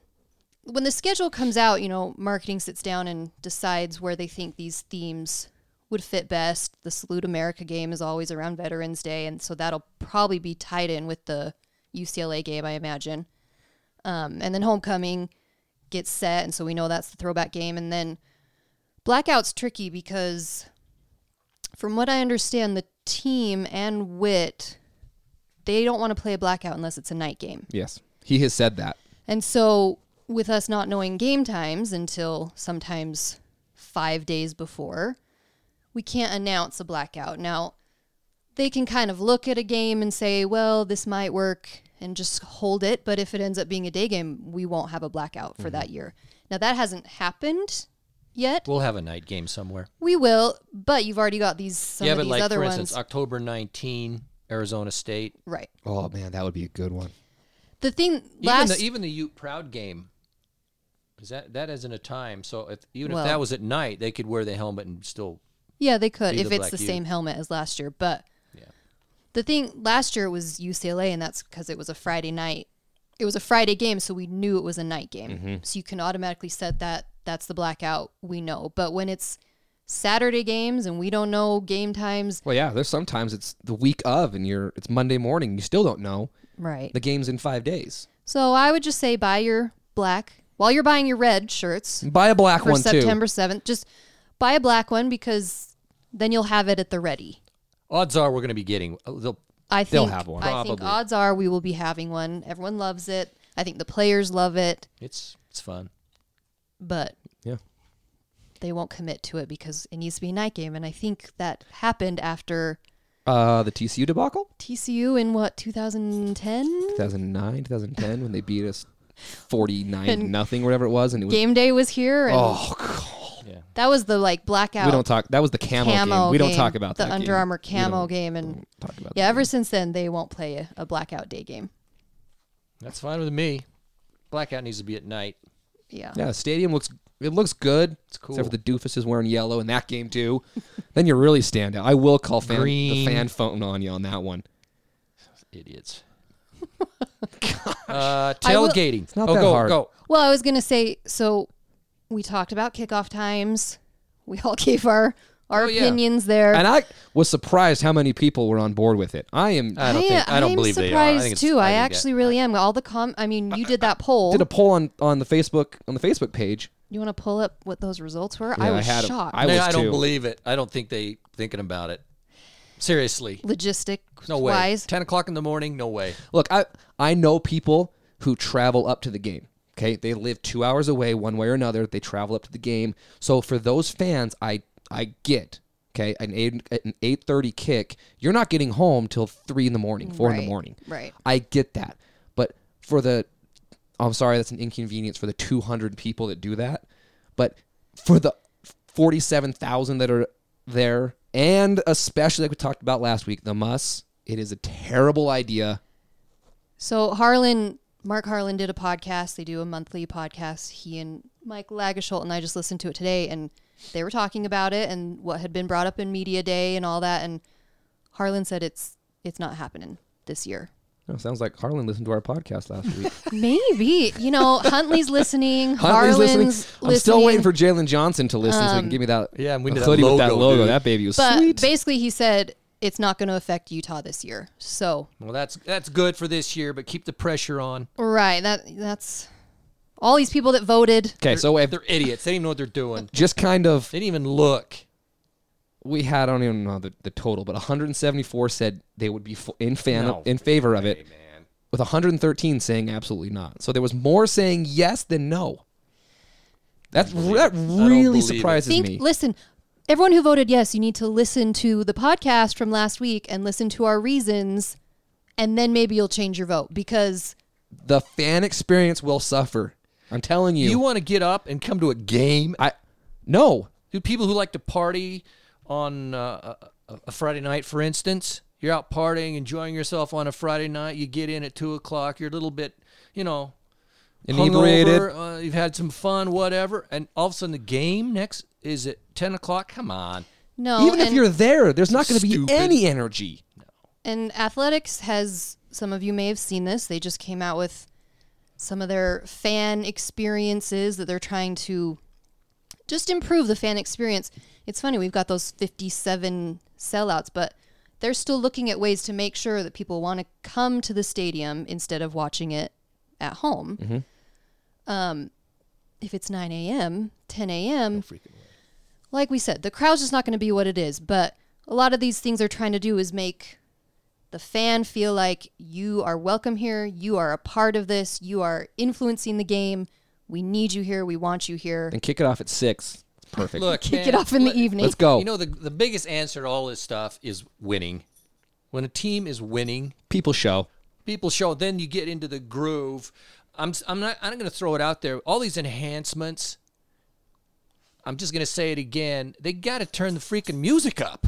[SPEAKER 3] when the schedule comes out, you know, marketing sits down and decides where they think these themes would fit best. The Salute America game is always around Veterans Day, and so that'll probably be tied in with the UCLA game, I imagine. Um, and then Homecoming gets set, and so we know that's the throwback game. And then Blackout's tricky because, from what I understand, the team and Wit they don't want to play a blackout unless it's a night game.
[SPEAKER 2] yes. He has said that.
[SPEAKER 3] And so with us not knowing game times until sometimes five days before, we can't announce a blackout. Now, they can kind of look at a game and say, well, this might work and just hold it. But if it ends up being a day game, we won't have a blackout
[SPEAKER 1] Mm-hmm.
[SPEAKER 3] for that year. Now, that hasn't happened yet.
[SPEAKER 1] We'll have a night game somewhere.
[SPEAKER 3] We will, but you've already got these some
[SPEAKER 1] yeah,
[SPEAKER 3] of
[SPEAKER 1] but
[SPEAKER 3] these
[SPEAKER 1] like
[SPEAKER 3] other
[SPEAKER 1] for
[SPEAKER 3] ones.
[SPEAKER 1] instance, October 19, Arizona State.
[SPEAKER 3] right.
[SPEAKER 2] Oh man, that would be a good one.
[SPEAKER 3] The thing
[SPEAKER 1] Even
[SPEAKER 3] last
[SPEAKER 1] the even the Ute Proud game. Cuz that that isn't a time. So if even
[SPEAKER 3] Well-
[SPEAKER 1] if that was at night, they could wear the helmet and still
[SPEAKER 3] Yeah, they could
[SPEAKER 1] Be
[SPEAKER 3] if
[SPEAKER 1] the
[SPEAKER 3] it's
[SPEAKER 1] Black
[SPEAKER 3] the
[SPEAKER 1] Ute.
[SPEAKER 3] same helmet as last year. But
[SPEAKER 1] Yeah.
[SPEAKER 3] the thing last year was UCLA, and that's because it was a Friday night. It was a Friday game, so we knew it was a night game.
[SPEAKER 2] Mm-hmm.
[SPEAKER 3] So you can automatically set that that's the blackout. We know. But when it's Saturday games and we don't know game times,
[SPEAKER 2] Well, yeah, there's sometimes it's the week of, and you're it's Monday morning. You still don't know
[SPEAKER 3] right?
[SPEAKER 2] the game's in five days.
[SPEAKER 3] So I would just say buy your black while you're buying your red shirts
[SPEAKER 2] Buy a black
[SPEAKER 3] for
[SPEAKER 2] one
[SPEAKER 3] September seventh. Just buy a black one because then you'll have it at the ready.
[SPEAKER 1] odds are we're going to be getting uh, they'll
[SPEAKER 3] I think
[SPEAKER 2] They'll have one.
[SPEAKER 3] I think
[SPEAKER 1] Probably.
[SPEAKER 3] odds are we will be having one. Everyone loves it. I think the players love it,
[SPEAKER 1] it's it's fun.
[SPEAKER 3] but
[SPEAKER 2] too. Yeah.
[SPEAKER 3] they won't commit to it because it needs to be a night game. And I think that happened after
[SPEAKER 2] Uh, the TCU debacle,
[SPEAKER 3] TCU in what 2010
[SPEAKER 2] 2009, 2010, when they beat us 49 nothing, whatever it was, and it was.
[SPEAKER 3] game day was here, and
[SPEAKER 2] Oh, God.
[SPEAKER 3] that was the like blackout.
[SPEAKER 2] we don't talk. That was the camo, game. We don't talk about
[SPEAKER 3] the
[SPEAKER 2] that
[SPEAKER 3] Under
[SPEAKER 2] game.
[SPEAKER 3] Armour
[SPEAKER 2] We don't
[SPEAKER 3] camo game, and
[SPEAKER 2] Talk about
[SPEAKER 3] yeah, ever since then they won't play a, a blackout day game.
[SPEAKER 1] That's fine with me. Blackout needs to be at night.
[SPEAKER 3] Yeah,
[SPEAKER 2] that. Yeah, stadium looks it looks good. It's
[SPEAKER 1] cool.
[SPEAKER 2] Except for the doofus is wearing yellow in that game too. then you really stand out. I will call fan, the
[SPEAKER 1] Green.
[SPEAKER 2] fan phone on you on that one.
[SPEAKER 1] Idiots. uh,
[SPEAKER 3] I will-
[SPEAKER 1] tailgating.
[SPEAKER 2] It's not
[SPEAKER 1] oh,
[SPEAKER 2] that
[SPEAKER 1] go,
[SPEAKER 2] hard.
[SPEAKER 1] Go.
[SPEAKER 3] Well, I was gonna say, so we talked about kickoff times. We all gave our our
[SPEAKER 1] Oh, yeah.
[SPEAKER 3] opinions there.
[SPEAKER 2] And I was surprised how many people were on board with it. I am.
[SPEAKER 3] Uh,
[SPEAKER 1] I don't think. I don't
[SPEAKER 3] am
[SPEAKER 1] believe
[SPEAKER 3] surprised
[SPEAKER 1] they are. I think it's-
[SPEAKER 3] too. I,
[SPEAKER 1] think that-
[SPEAKER 3] actually really am. All the com. I mean, you did that poll.
[SPEAKER 2] did a poll on on the Facebook on the Facebook page.
[SPEAKER 3] you want to pull up what those results were? I
[SPEAKER 2] Yeah, I
[SPEAKER 3] was
[SPEAKER 2] had 'em.
[SPEAKER 3] shocked.
[SPEAKER 2] I
[SPEAKER 1] No,
[SPEAKER 2] was
[SPEAKER 1] I don't
[SPEAKER 2] too.
[SPEAKER 1] believe it. I don't think they thinking about it. Seriously,
[SPEAKER 3] Logistics
[SPEAKER 1] no way.
[SPEAKER 3] wise,
[SPEAKER 1] Ten o'clock in the morning, no way.
[SPEAKER 2] Look, I I know people who travel up to the game. Okay, they live two hours away, one way or another. They travel up to the game. So for those fans, I I get okay an eight an eight thirty kick. You're not getting home till three in the morning, four in
[SPEAKER 3] Right,
[SPEAKER 2] the morning.
[SPEAKER 3] right.
[SPEAKER 2] I get that, but for the I'm sorry, that's an inconvenience for the 200 people that do that, but for the 47,000 that are there, and especially like we talked about last week, the muss. It is a terrible idea.
[SPEAKER 3] So Harlan, Mark Harlan did a podcast. They do a monthly podcast. He and Mike Lagerschult and I just listened to it today, and they were talking about it and what had been brought up in media day and all that. And Harlan said it's it's not happening this year.
[SPEAKER 2] No, sounds like Harlan listened to our podcast last week.
[SPEAKER 3] Maybe you know Huntley's listening. Harlan's
[SPEAKER 2] listening.
[SPEAKER 3] listening. Um,
[SPEAKER 2] I'm still waiting for Jalen Johnson to listen so he can give me that.
[SPEAKER 1] yeah, and we
[SPEAKER 2] a
[SPEAKER 1] need that
[SPEAKER 2] hoodie with that
[SPEAKER 1] logo,
[SPEAKER 2] logo.
[SPEAKER 1] dude.
[SPEAKER 2] That baby was
[SPEAKER 3] But
[SPEAKER 2] sweet.
[SPEAKER 3] basically, he said it's not going to affect Utah this year. So
[SPEAKER 1] Well, that's that's good for this year, but keep the pressure on.
[SPEAKER 3] right, that that's all these people that voted.
[SPEAKER 2] okay, so if
[SPEAKER 1] They're idiots. They don't even know what they're doing.
[SPEAKER 2] just kind of
[SPEAKER 1] They didn't even look.
[SPEAKER 2] we had I don't even know the, the total, but 174 said they would be f- in fan
[SPEAKER 1] No
[SPEAKER 2] in favor of it, with 113 saying absolutely not. So there was more saying yes than no. That's that
[SPEAKER 1] don't
[SPEAKER 2] really
[SPEAKER 1] believe it.
[SPEAKER 2] surprises
[SPEAKER 3] Think,
[SPEAKER 2] me.
[SPEAKER 3] listen, everyone who voted yes, you need to listen to the podcast from last week and listen to our reasons, and then maybe you'll change your vote because
[SPEAKER 2] The fan experience will suffer. I'm telling you.
[SPEAKER 1] You want to get up and come to a game?
[SPEAKER 2] I no.
[SPEAKER 1] Do people who like to party on uh, a, a- a Friday night, for instance, you're out partying, enjoying yourself on a Friday night. You get in at two o'clock. You're a little bit, you know,
[SPEAKER 2] Inebriated.
[SPEAKER 1] hungover, Uh, you've had some fun, whatever, and all of a sudden the game next is at ten o'clock. Come on,
[SPEAKER 3] no,
[SPEAKER 2] Even if
[SPEAKER 3] Oh, and-
[SPEAKER 2] you're there, there's not going to be
[SPEAKER 1] Stupid.
[SPEAKER 2] any energy.
[SPEAKER 3] And athletics has some of you may have seen this. They just came out with some of their fan experiences that they're trying to just improve the fan experience. It's funny, we've got those 57 sellouts, but they're still looking at ways to make sure that people want to come to the stadium instead of watching it at home. Um, if it's 9 a.m., 10 a.m., like we said, the crowd's just not going to be what it is. But a lot of these things they're trying to do is make the fan feel like you are welcome here, you are a part of this, you are influencing the game. We need you here. We want you here.
[SPEAKER 2] Then kick it off at six. It's perfect.
[SPEAKER 1] Look,
[SPEAKER 3] Kick
[SPEAKER 1] man,
[SPEAKER 3] it off in
[SPEAKER 1] let-
[SPEAKER 3] the evening.
[SPEAKER 2] Let's go.
[SPEAKER 1] You know, the, the biggest answer to all this stuff is winning. When a team is winning,
[SPEAKER 2] people show.
[SPEAKER 1] people show, then you get into the groove. I'm, s- I'm not, I'm not going to throw it out there. All these enhancements, I'm just going to say it again. They got to turn the freaking music up.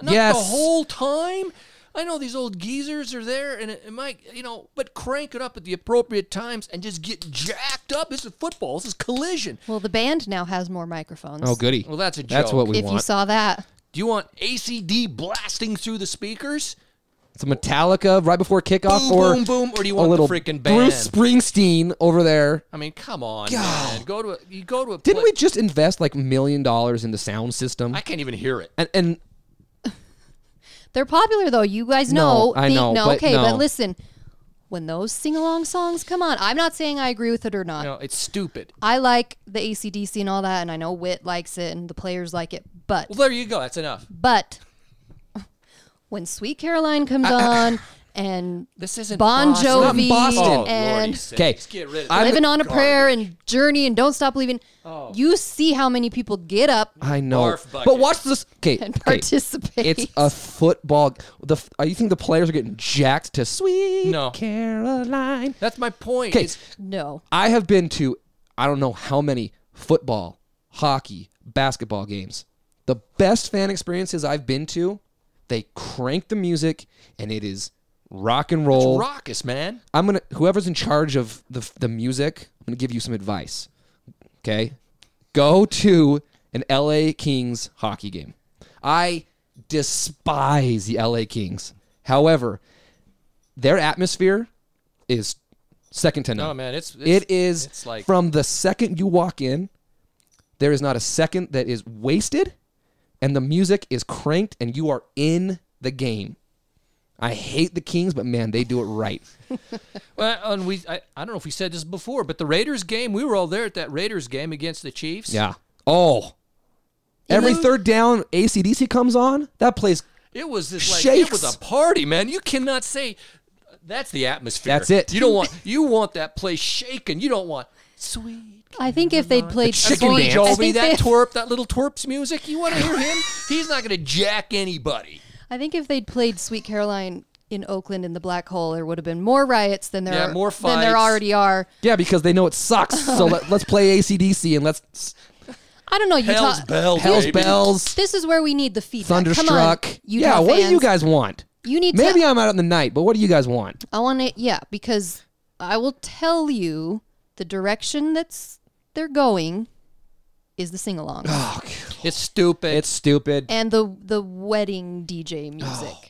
[SPEAKER 1] Not
[SPEAKER 2] Yes.
[SPEAKER 1] the whole time. I know these old geezers are there, and it, it might, you know, but crank it up at the appropriate times and just get jacked up. This is football. This is collision.
[SPEAKER 3] Well, the band now has more microphones.
[SPEAKER 2] Oh, goody.
[SPEAKER 1] Well, that's a
[SPEAKER 2] That's
[SPEAKER 1] joke.
[SPEAKER 2] what we
[SPEAKER 3] If you
[SPEAKER 2] want.
[SPEAKER 3] saw that,
[SPEAKER 1] Do you want ACD blasting through the speakers?
[SPEAKER 2] It's Some Metallica right before kickoff,
[SPEAKER 1] Boom,
[SPEAKER 2] or
[SPEAKER 1] boom, boom, or do you
[SPEAKER 2] a
[SPEAKER 1] want the
[SPEAKER 2] little
[SPEAKER 1] freaking
[SPEAKER 2] Bruce Springsteen over there.
[SPEAKER 1] I mean, come on,
[SPEAKER 2] God.
[SPEAKER 1] man. Go to a, you go to a.
[SPEAKER 2] Didn't
[SPEAKER 1] pla-
[SPEAKER 2] we just invest like million dollars in the sound system?
[SPEAKER 1] I can't even hear it.
[SPEAKER 2] and and
[SPEAKER 3] they're popular though. You guys
[SPEAKER 2] No,
[SPEAKER 3] know.
[SPEAKER 2] I know, but
[SPEAKER 3] okay, but
[SPEAKER 2] no.
[SPEAKER 3] listen, when those sing along songs come on, I'm not saying I agree with it or not.
[SPEAKER 1] You know, it's stupid.
[SPEAKER 3] I like the ACDC and all that, and I know Wit likes it and the players like it, but
[SPEAKER 1] Well, there you go. That's enough.
[SPEAKER 3] but when Sweet Caroline comes on and
[SPEAKER 1] This isn't
[SPEAKER 3] Bon
[SPEAKER 1] Boston.
[SPEAKER 3] Jovi
[SPEAKER 2] Not in Boston.
[SPEAKER 1] Oh,
[SPEAKER 3] and
[SPEAKER 1] Lordy,
[SPEAKER 2] Okay.
[SPEAKER 1] Just get rid of
[SPEAKER 2] I'm-
[SPEAKER 1] it.
[SPEAKER 3] Living on a
[SPEAKER 1] Garbage.
[SPEAKER 3] Prayer and Journey and Don't Stop Believing,
[SPEAKER 1] Oh.
[SPEAKER 3] you see how many people get up
[SPEAKER 2] I know,
[SPEAKER 1] Barf bucket.
[SPEAKER 2] but watch this. Okay,
[SPEAKER 3] and
[SPEAKER 2] okay.
[SPEAKER 3] participate.
[SPEAKER 2] It's a football. The f- uh, you think the players are getting jacked to Sweet
[SPEAKER 1] No.
[SPEAKER 2] Caroline?
[SPEAKER 1] That's my point.
[SPEAKER 2] Okay,
[SPEAKER 1] It's-
[SPEAKER 3] no.
[SPEAKER 2] I have been to I don't know how many football, hockey, basketball games. The best fan experiences I've been to, they crank the music and it is rock and roll.
[SPEAKER 1] it's raucous, man.
[SPEAKER 2] I'm gonna whoever's in charge of the the music. I'm gonna give you some advice. Okay, go to an LA Kings hockey game. I despise the LA Kings. However, their atmosphere is second to none.
[SPEAKER 1] No, man. It's, it's
[SPEAKER 2] uh, It is
[SPEAKER 1] It's like
[SPEAKER 2] from the second you walk in, there is not a second that is wasted, and the music is cranked, and you are in the game. I hate the Kings, but man, they do it right.
[SPEAKER 1] well, and we. I, I don't know if we said this before, but the Raiders game. We were all there at that Raiders game against the Chiefs.
[SPEAKER 2] Yeah. Oh. Every third down, ACDC comes on. That plays.
[SPEAKER 1] It was this like it
[SPEAKER 2] Shakes.
[SPEAKER 1] was a party, man. You cannot say that's the atmosphere.
[SPEAKER 2] That's it.
[SPEAKER 1] You don't want you want that place shaking. You don't want sweet.
[SPEAKER 3] I think if they'd played
[SPEAKER 2] chicken
[SPEAKER 3] Bon
[SPEAKER 2] dance.
[SPEAKER 1] Jovi,
[SPEAKER 3] I think
[SPEAKER 1] that
[SPEAKER 3] they-
[SPEAKER 1] twerp, that little twerp's music. You want to hear him? He's not going to jack anybody.
[SPEAKER 3] I think if they'd played Sweet Caroline in Oakland in the black hole, there would have been more riots than there
[SPEAKER 1] Yeah, more
[SPEAKER 3] than there
[SPEAKER 1] fights.
[SPEAKER 3] already are.
[SPEAKER 2] Yeah, because they know it sucks. So let, let's play ACDC and let's
[SPEAKER 3] I don't know, Utah.
[SPEAKER 1] Hell's bells,
[SPEAKER 2] Hell's
[SPEAKER 1] baby.
[SPEAKER 2] Bells,
[SPEAKER 3] This is where we need the feedback.
[SPEAKER 2] Thunderstruck.
[SPEAKER 3] Come on, Utah
[SPEAKER 2] yeah, what do you
[SPEAKER 3] fans.
[SPEAKER 2] guys want?
[SPEAKER 3] You need
[SPEAKER 2] Maybe
[SPEAKER 3] to.
[SPEAKER 2] I'm out in the night, but what do you guys want?
[SPEAKER 3] I want to. Yeah, because I will tell you the direction that's they're going is the sing along
[SPEAKER 2] Oh,
[SPEAKER 1] It's stupid.
[SPEAKER 2] it's stupid.
[SPEAKER 3] and the the wedding DJ music.
[SPEAKER 2] Oh.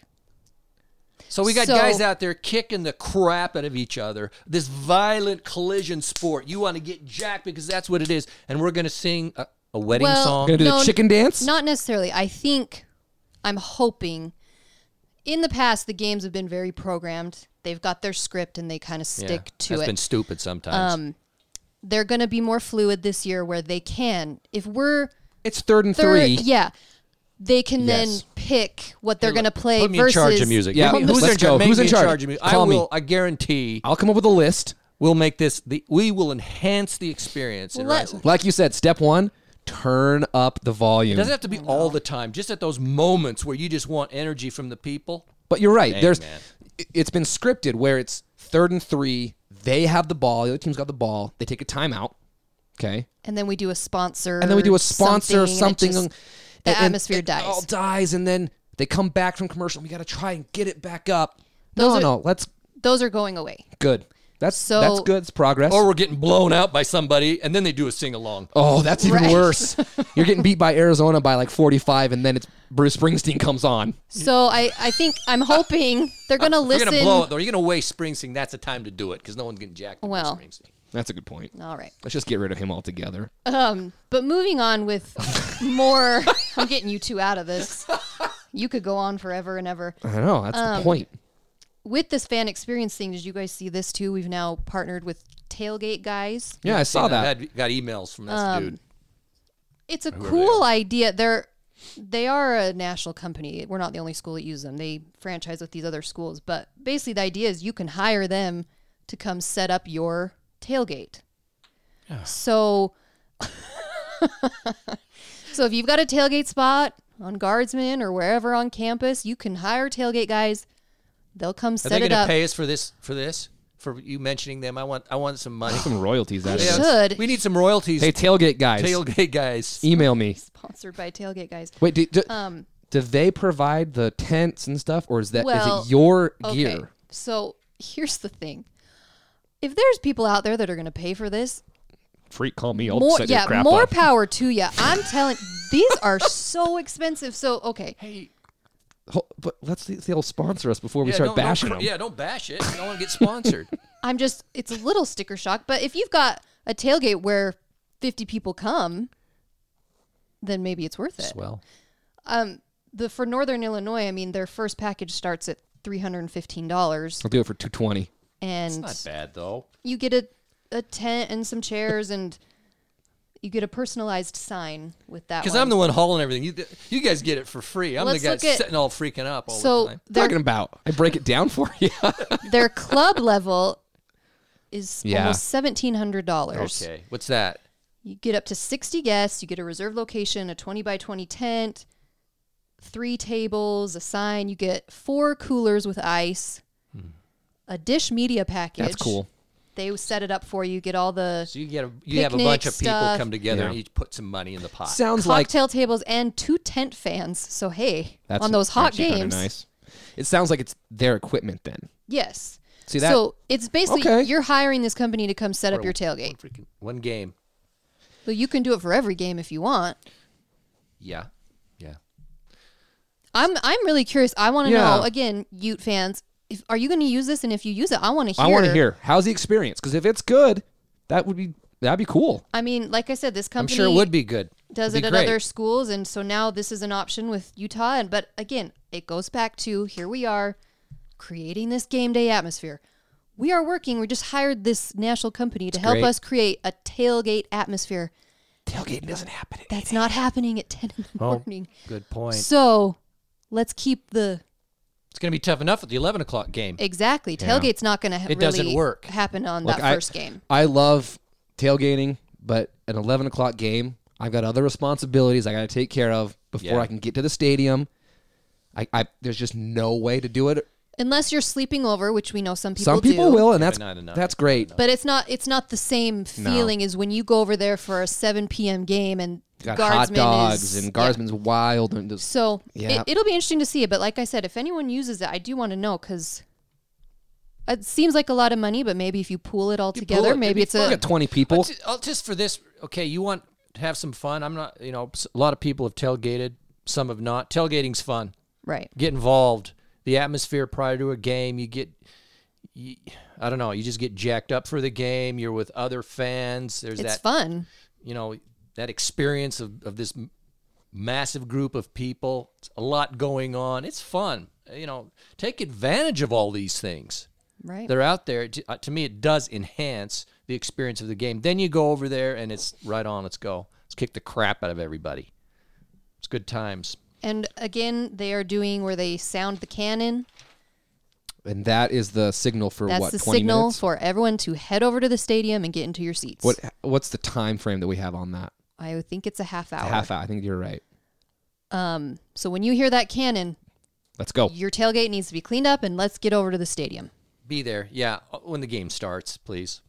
[SPEAKER 1] so we got
[SPEAKER 3] so-
[SPEAKER 1] guys out there kicking the crap out of each other. This violent collision sport. You want to get jacked because that's what it is. And we're going to sing a, a wedding
[SPEAKER 3] Well-
[SPEAKER 1] song.
[SPEAKER 2] Gonna do
[SPEAKER 3] No,
[SPEAKER 2] the chicken dance?
[SPEAKER 3] Not necessarily. I think I'm hoping in the past the games have been very programmed. They've got their script and they kind of
[SPEAKER 1] Yeah,
[SPEAKER 3] stick to
[SPEAKER 1] that's
[SPEAKER 3] it.
[SPEAKER 1] been stupid
[SPEAKER 2] Um,
[SPEAKER 1] sometimes.
[SPEAKER 3] They're going to be more fluid this year where they can. If we're
[SPEAKER 2] It's third and
[SPEAKER 3] third,
[SPEAKER 2] three.
[SPEAKER 3] yeah, they can
[SPEAKER 2] Yes.
[SPEAKER 3] then pick what they're going to play
[SPEAKER 1] Put me
[SPEAKER 3] versus
[SPEAKER 1] in charge of music.
[SPEAKER 2] Yeah,
[SPEAKER 1] Put me- who's,
[SPEAKER 2] let's
[SPEAKER 1] in charge?
[SPEAKER 2] go.
[SPEAKER 1] Make
[SPEAKER 2] Who's
[SPEAKER 1] me
[SPEAKER 2] in charge?
[SPEAKER 1] of music?
[SPEAKER 2] Call
[SPEAKER 1] I
[SPEAKER 2] me.
[SPEAKER 1] will. I guarantee
[SPEAKER 2] I'll come up with a list.
[SPEAKER 1] we'll make this. The, we will enhance the experience. in
[SPEAKER 3] Let-
[SPEAKER 1] Rising.
[SPEAKER 2] Like you said, step one, turn up the volume.
[SPEAKER 1] Doesn't have to be all the time. Just at those moments where you just want energy from the people.
[SPEAKER 2] But you're right. There's
[SPEAKER 1] man.
[SPEAKER 2] i- it's been scripted where it's third and three. They have the ball. The other team's got the ball. They take a timeout. Okay,
[SPEAKER 3] And then we do a sponsor.
[SPEAKER 2] and then we do a sponsor
[SPEAKER 3] something.
[SPEAKER 2] something.
[SPEAKER 3] and it just- the atmosphere
[SPEAKER 2] it all
[SPEAKER 3] dies.
[SPEAKER 2] dies, and then they come back from commercial. We got to try and get it back up.
[SPEAKER 3] Those
[SPEAKER 2] no,
[SPEAKER 3] are-
[SPEAKER 2] no, let's
[SPEAKER 3] those are going away.
[SPEAKER 2] good. That's
[SPEAKER 3] So-
[SPEAKER 2] that's good. It's progress.
[SPEAKER 1] Or we're getting blown out by somebody, and then they do a sing along.
[SPEAKER 2] oh, that's even
[SPEAKER 3] Right.
[SPEAKER 2] worse. You're getting beat by Arizona by like 45, and then it's Bruce Springsteen comes on.
[SPEAKER 3] So I, I think I'm hoping they're going to
[SPEAKER 1] You're
[SPEAKER 3] listen.
[SPEAKER 1] gonna blow it, though. You're gonna waste Springsteen. That's the time to do it because no one's getting jacked. with
[SPEAKER 3] Well.
[SPEAKER 1] Springsteen.
[SPEAKER 2] That's a good point.
[SPEAKER 3] All right.
[SPEAKER 2] Let's just get rid of him altogether.
[SPEAKER 3] Um, but moving on with more, I'm getting you two out of this. You could go on forever and ever.
[SPEAKER 2] I know that's
[SPEAKER 3] Um,
[SPEAKER 2] the point.
[SPEAKER 3] With this fan experience thing, did you guys see this too? We've now partnered with Tailgate Guys.
[SPEAKER 2] Yeah, I
[SPEAKER 1] Seen
[SPEAKER 2] saw that.
[SPEAKER 1] I've had- got emails from this
[SPEAKER 3] Um,
[SPEAKER 1] dude.
[SPEAKER 3] It's a cool idea. They're they are a national company. We're not the only school that uses them. They franchise with these other schools, but basically the idea is you can hire them to come set up your tailgate. So, so if you've got a tailgate spot on Guardsman or wherever on campus, you can hire tailgate guys. They'll come
[SPEAKER 1] Are
[SPEAKER 3] set
[SPEAKER 1] they
[SPEAKER 3] it
[SPEAKER 1] going to
[SPEAKER 3] up.
[SPEAKER 1] pay us for this? For this? For you mentioning them? I want. I want some money.
[SPEAKER 2] Some royalties out of
[SPEAKER 3] Yeah.
[SPEAKER 2] this.
[SPEAKER 3] should.
[SPEAKER 1] We need some royalties.
[SPEAKER 2] Hey, tailgate guys,
[SPEAKER 1] Tailgate guys.
[SPEAKER 2] email me.
[SPEAKER 3] Sponsored by tailgate guys.
[SPEAKER 2] Wait, do, do,
[SPEAKER 3] Um,
[SPEAKER 2] do they provide the tents and stuff, or is that is
[SPEAKER 3] Well,
[SPEAKER 2] it your
[SPEAKER 3] okay.
[SPEAKER 2] gear?
[SPEAKER 3] So here's the thing. If there's people out there that are going to pay for this,
[SPEAKER 2] Freak, call me. I'll
[SPEAKER 3] more
[SPEAKER 2] set your
[SPEAKER 3] yeah,
[SPEAKER 2] crap
[SPEAKER 3] more
[SPEAKER 2] up.
[SPEAKER 3] power to you. I'm telling these are so expensive. So okay,
[SPEAKER 1] Hey,
[SPEAKER 2] Ho- but let's see if they'll sponsor us before we
[SPEAKER 1] yeah,
[SPEAKER 2] start
[SPEAKER 1] don't- don't
[SPEAKER 2] bashing
[SPEAKER 1] cr-
[SPEAKER 2] them.
[SPEAKER 1] Yeah, don't bash it. No one gets sponsored.
[SPEAKER 3] I'm just it's a little sticker shock, but if you've got a tailgate where 50 people come, then maybe it's worth it.
[SPEAKER 1] well,
[SPEAKER 3] Um the for Northern Illinois, I mean their first package starts at $315
[SPEAKER 2] I'll do it for two twenty.
[SPEAKER 3] and
[SPEAKER 1] not bad though.
[SPEAKER 3] you get a a tent and some chairs and you get a personalized sign with that
[SPEAKER 1] Because
[SPEAKER 3] one.
[SPEAKER 1] I'm the one hauling everything. You, you guys get it for free. I'm
[SPEAKER 3] Let's
[SPEAKER 1] the guy
[SPEAKER 3] look at-
[SPEAKER 1] sitting all freaking up all the
[SPEAKER 3] so
[SPEAKER 1] time.
[SPEAKER 3] their
[SPEAKER 2] Talking about, I break it down for you.
[SPEAKER 3] their club level is
[SPEAKER 2] Yeah.
[SPEAKER 3] almost $1700.
[SPEAKER 1] Okay, what's that?
[SPEAKER 3] You get up to 60 guests. You get a reserved location, a 20 by 20 tent, three tables, a sign. You get four coolers with ice, a dish media package.
[SPEAKER 2] Hmm. That's cool.
[SPEAKER 3] They set it up for you. Get all the
[SPEAKER 1] So you get a you have a bunch of
[SPEAKER 3] Picnic
[SPEAKER 1] people
[SPEAKER 3] stuff.
[SPEAKER 1] come together and
[SPEAKER 2] Yeah.
[SPEAKER 1] each put some money in the pot.
[SPEAKER 2] Sounds like
[SPEAKER 3] Uh, cocktail tables and two tent fans. So, hey, on those hot
[SPEAKER 2] actually kinda
[SPEAKER 3] games.
[SPEAKER 2] Nice. It sounds like it's their equipment then.
[SPEAKER 3] Yes.
[SPEAKER 2] See that?
[SPEAKER 3] So, it's basically
[SPEAKER 2] Okay.
[SPEAKER 3] you're hiring this company to come set up your
[SPEAKER 1] one,
[SPEAKER 3] tailgate.
[SPEAKER 1] freaking, one game.
[SPEAKER 3] But you can do it for every game if you want.
[SPEAKER 1] Yeah, yeah.
[SPEAKER 3] I'm I'm really curious. I want to
[SPEAKER 2] Yeah.
[SPEAKER 3] know again, Ute fans, if, are you going to use this? And if you use it, I want to hear.
[SPEAKER 2] I want to hear how's the experience because if it's good, that would be that'd be cool.
[SPEAKER 3] I mean, like I said, this
[SPEAKER 1] I'm
[SPEAKER 3] company
[SPEAKER 1] sure it would be good.
[SPEAKER 3] does
[SPEAKER 1] It'd
[SPEAKER 3] it
[SPEAKER 1] be
[SPEAKER 3] at
[SPEAKER 1] great.
[SPEAKER 3] other schools, and so now this is an option with Utah. And but again, it goes back to here we are creating this game day atmosphere. We are working. We just hired this national company to help
[SPEAKER 1] great.
[SPEAKER 3] us create a tailgate atmosphere.
[SPEAKER 2] Tailgating doesn't happen.
[SPEAKER 3] That's not happening at ten in the
[SPEAKER 1] Oh.
[SPEAKER 3] morning.
[SPEAKER 1] Good point.
[SPEAKER 3] So let's keep the
[SPEAKER 1] It's going to be tough enough at the 11 o'clock game.
[SPEAKER 3] exactly tailgate's not going to ha-
[SPEAKER 1] It
[SPEAKER 3] really
[SPEAKER 1] doesn't work.
[SPEAKER 3] happen on that
[SPEAKER 2] I-
[SPEAKER 3] first game.
[SPEAKER 2] I love tailgating, but an eleven o'clock game, I've got other responsibilities I got to take care of before
[SPEAKER 1] Yeah.
[SPEAKER 2] I can get to the stadium. I, I there's just no way to do it.
[SPEAKER 3] unless you're sleeping over, which we know some people
[SPEAKER 2] Some people
[SPEAKER 3] do,
[SPEAKER 2] will, and that's
[SPEAKER 1] not enough.
[SPEAKER 2] that's great.
[SPEAKER 3] But it's not it's not the same feeling as when you go over there for a 7 p.m. game and
[SPEAKER 2] Got hot
[SPEAKER 3] guardsman
[SPEAKER 2] dogs
[SPEAKER 3] is,
[SPEAKER 2] and
[SPEAKER 3] yeah.
[SPEAKER 2] guardsman's wild and just,
[SPEAKER 3] So
[SPEAKER 2] Yeah.
[SPEAKER 3] it, it'll be interesting to see it. But like I said, if anyone uses it, I do want to know because it seems like a lot of money. But maybe if you pool it all
[SPEAKER 1] pool it,
[SPEAKER 3] together,
[SPEAKER 1] it'd
[SPEAKER 3] maybe
[SPEAKER 1] be
[SPEAKER 3] it's
[SPEAKER 1] fun.
[SPEAKER 2] we
[SPEAKER 3] a
[SPEAKER 2] got twenty people.
[SPEAKER 1] But ju- I'll- just for this, okay, you want to have some fun. I'm not, you know, s- a lot of people have tailgated, some have not. Tailgating's fun.
[SPEAKER 3] right.
[SPEAKER 1] Get involved. The atmosphere prior to a game, you get, you, I don't know, you just get jacked up for the game. You're with other fans. There's
[SPEAKER 3] It's
[SPEAKER 1] that,
[SPEAKER 3] fun.
[SPEAKER 1] you know, that experience of, of this m- massive group of people. It's a lot going on. It's fun. You know, take advantage of all these things
[SPEAKER 3] Right.
[SPEAKER 1] they're out there. To, uh, to me, it does enhance the experience of the game. Then you go over there and it's right on. Let's go. Let's kick the crap out of everybody. It's good times.
[SPEAKER 3] and again, they are doing where they sound the cannon.
[SPEAKER 2] And that is the signal for
[SPEAKER 3] That's
[SPEAKER 2] what
[SPEAKER 3] the
[SPEAKER 2] twenty
[SPEAKER 3] signal
[SPEAKER 2] minutes.
[SPEAKER 3] for everyone to head over to the stadium and get into your seats.
[SPEAKER 2] What what's the time frame that we have on that?
[SPEAKER 3] I think it's a half hour.
[SPEAKER 2] A half hour. I think you're right.
[SPEAKER 3] Um, so when you hear that cannon,
[SPEAKER 2] Let's go.
[SPEAKER 3] your tailgate needs to be cleaned up and let's get over to the stadium.
[SPEAKER 1] Be there. Yeah. uh, When the game starts, please.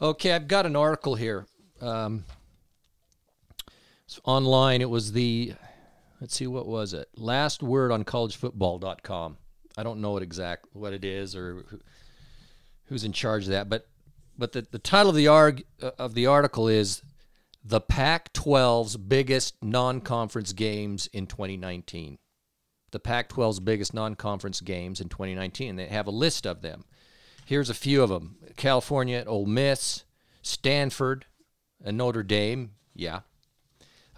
[SPEAKER 1] Okay. I've got an article here. Um, it's online. It was the, let's see, what was it? Last word on collegefootball.com. I don't know what exact what it is or who, who's in charge of that, but but the, the title of the arg, uh, of the article is the Pac-12's biggest non-conference games in 2019. The Pac-12's biggest non-conference games in 2019. They have a list of them. Here's a few of them: California at Ole Miss, Stanford, and Notre Dame. Yeah.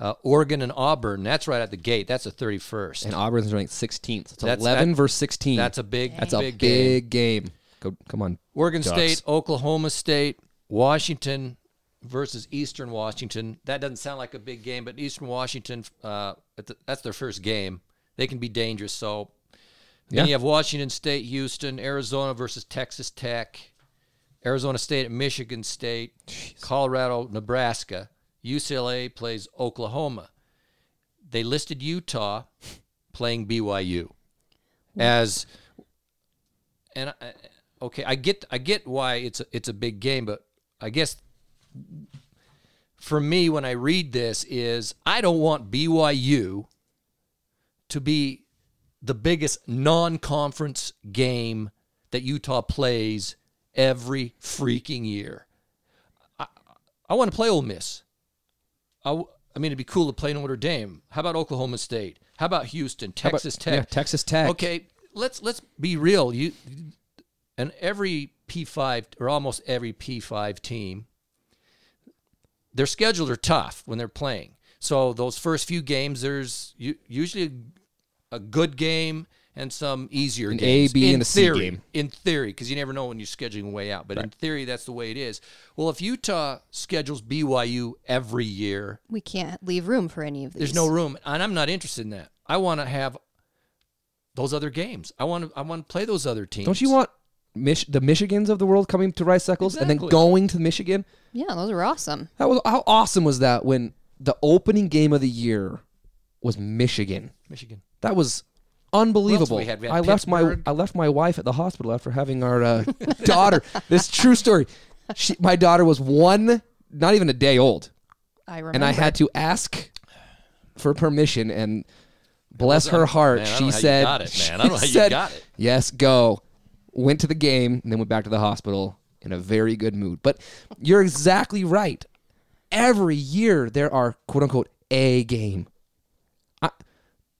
[SPEAKER 1] Uh, Oregon and Auburn. That's right at the gate. That's the 31st.
[SPEAKER 2] And Auburn's ranked 16th. So it's
[SPEAKER 1] That's-
[SPEAKER 2] 11
[SPEAKER 1] that-
[SPEAKER 2] versus 16.
[SPEAKER 1] that's a big,
[SPEAKER 2] That's
[SPEAKER 1] big,
[SPEAKER 2] a
[SPEAKER 1] game.
[SPEAKER 2] big game. Go, come on.
[SPEAKER 1] Oregon
[SPEAKER 2] Ducks.
[SPEAKER 1] State, Oklahoma State, Washington versus Eastern Washington. That doesn't sound like a big game, but Eastern Washington, uh, at the- that's their first game. They can be dangerous. So then
[SPEAKER 2] Yeah.
[SPEAKER 1] you have Washington State, Houston, Arizona versus Texas Tech, Arizona State at Michigan State, Colorado, Nebraska. UCLA plays Oklahoma. They listed Utah playing BYU as and I, okay, I get I get why it's a, it's a big game, but I guess for me when I read this is I don't want BYU to be the biggest non-conference game that Utah plays every freaking year. I, I want to play Ole Miss. I, w- I mean, it'd be cool to play Notre Dame. How about Oklahoma State? How about Houston,
[SPEAKER 2] How about-
[SPEAKER 1] Texas
[SPEAKER 2] Yeah,
[SPEAKER 1] Tech?
[SPEAKER 2] Texas Tech.
[SPEAKER 1] Okay, let's let's be real. You and every P five or almost every P five team, their schedules are tough when they're playing. So those first few games, there's u- usually a good game and some easier
[SPEAKER 2] An A,
[SPEAKER 1] games.
[SPEAKER 2] B,
[SPEAKER 1] in
[SPEAKER 2] and a C
[SPEAKER 1] theory,
[SPEAKER 2] game.
[SPEAKER 1] In theory, because you never know when you're scheduling way out. But in theory, that's the way it is. Well, if Utah schedules BYU every year,
[SPEAKER 3] We can't leave room for any of these.
[SPEAKER 1] there's no room, and I'm not interested in that. I want to have those other games. I want to. I want to play those other teams.
[SPEAKER 2] Don't you want Mich- the Michigans of the world coming to Rice Eccles and then
[SPEAKER 1] Exactly.
[SPEAKER 2] going to Michigan?
[SPEAKER 3] Yeah, those are awesome.
[SPEAKER 2] That was how awesome was that when the opening game of the year was Michigan.
[SPEAKER 1] Michigan?
[SPEAKER 2] That was unbelievable.
[SPEAKER 1] we had? We had
[SPEAKER 2] I left my
[SPEAKER 1] Pittsburgh.
[SPEAKER 2] I left my wife at the hospital after having our uh, daughter. This is true story. She, my daughter was one, not even a day old,
[SPEAKER 3] I remember.
[SPEAKER 2] and I had to ask for permission. And bless her heart,
[SPEAKER 1] Man, I don't know how
[SPEAKER 2] she
[SPEAKER 1] you
[SPEAKER 2] said,
[SPEAKER 1] got it,
[SPEAKER 2] she
[SPEAKER 1] man. I don't know how you
[SPEAKER 2] said,
[SPEAKER 1] got it.
[SPEAKER 2] "Yes, go." Went to the game and then went back to the hospital in a very good mood. But you're exactly right. Every year there are quote unquote a game. I,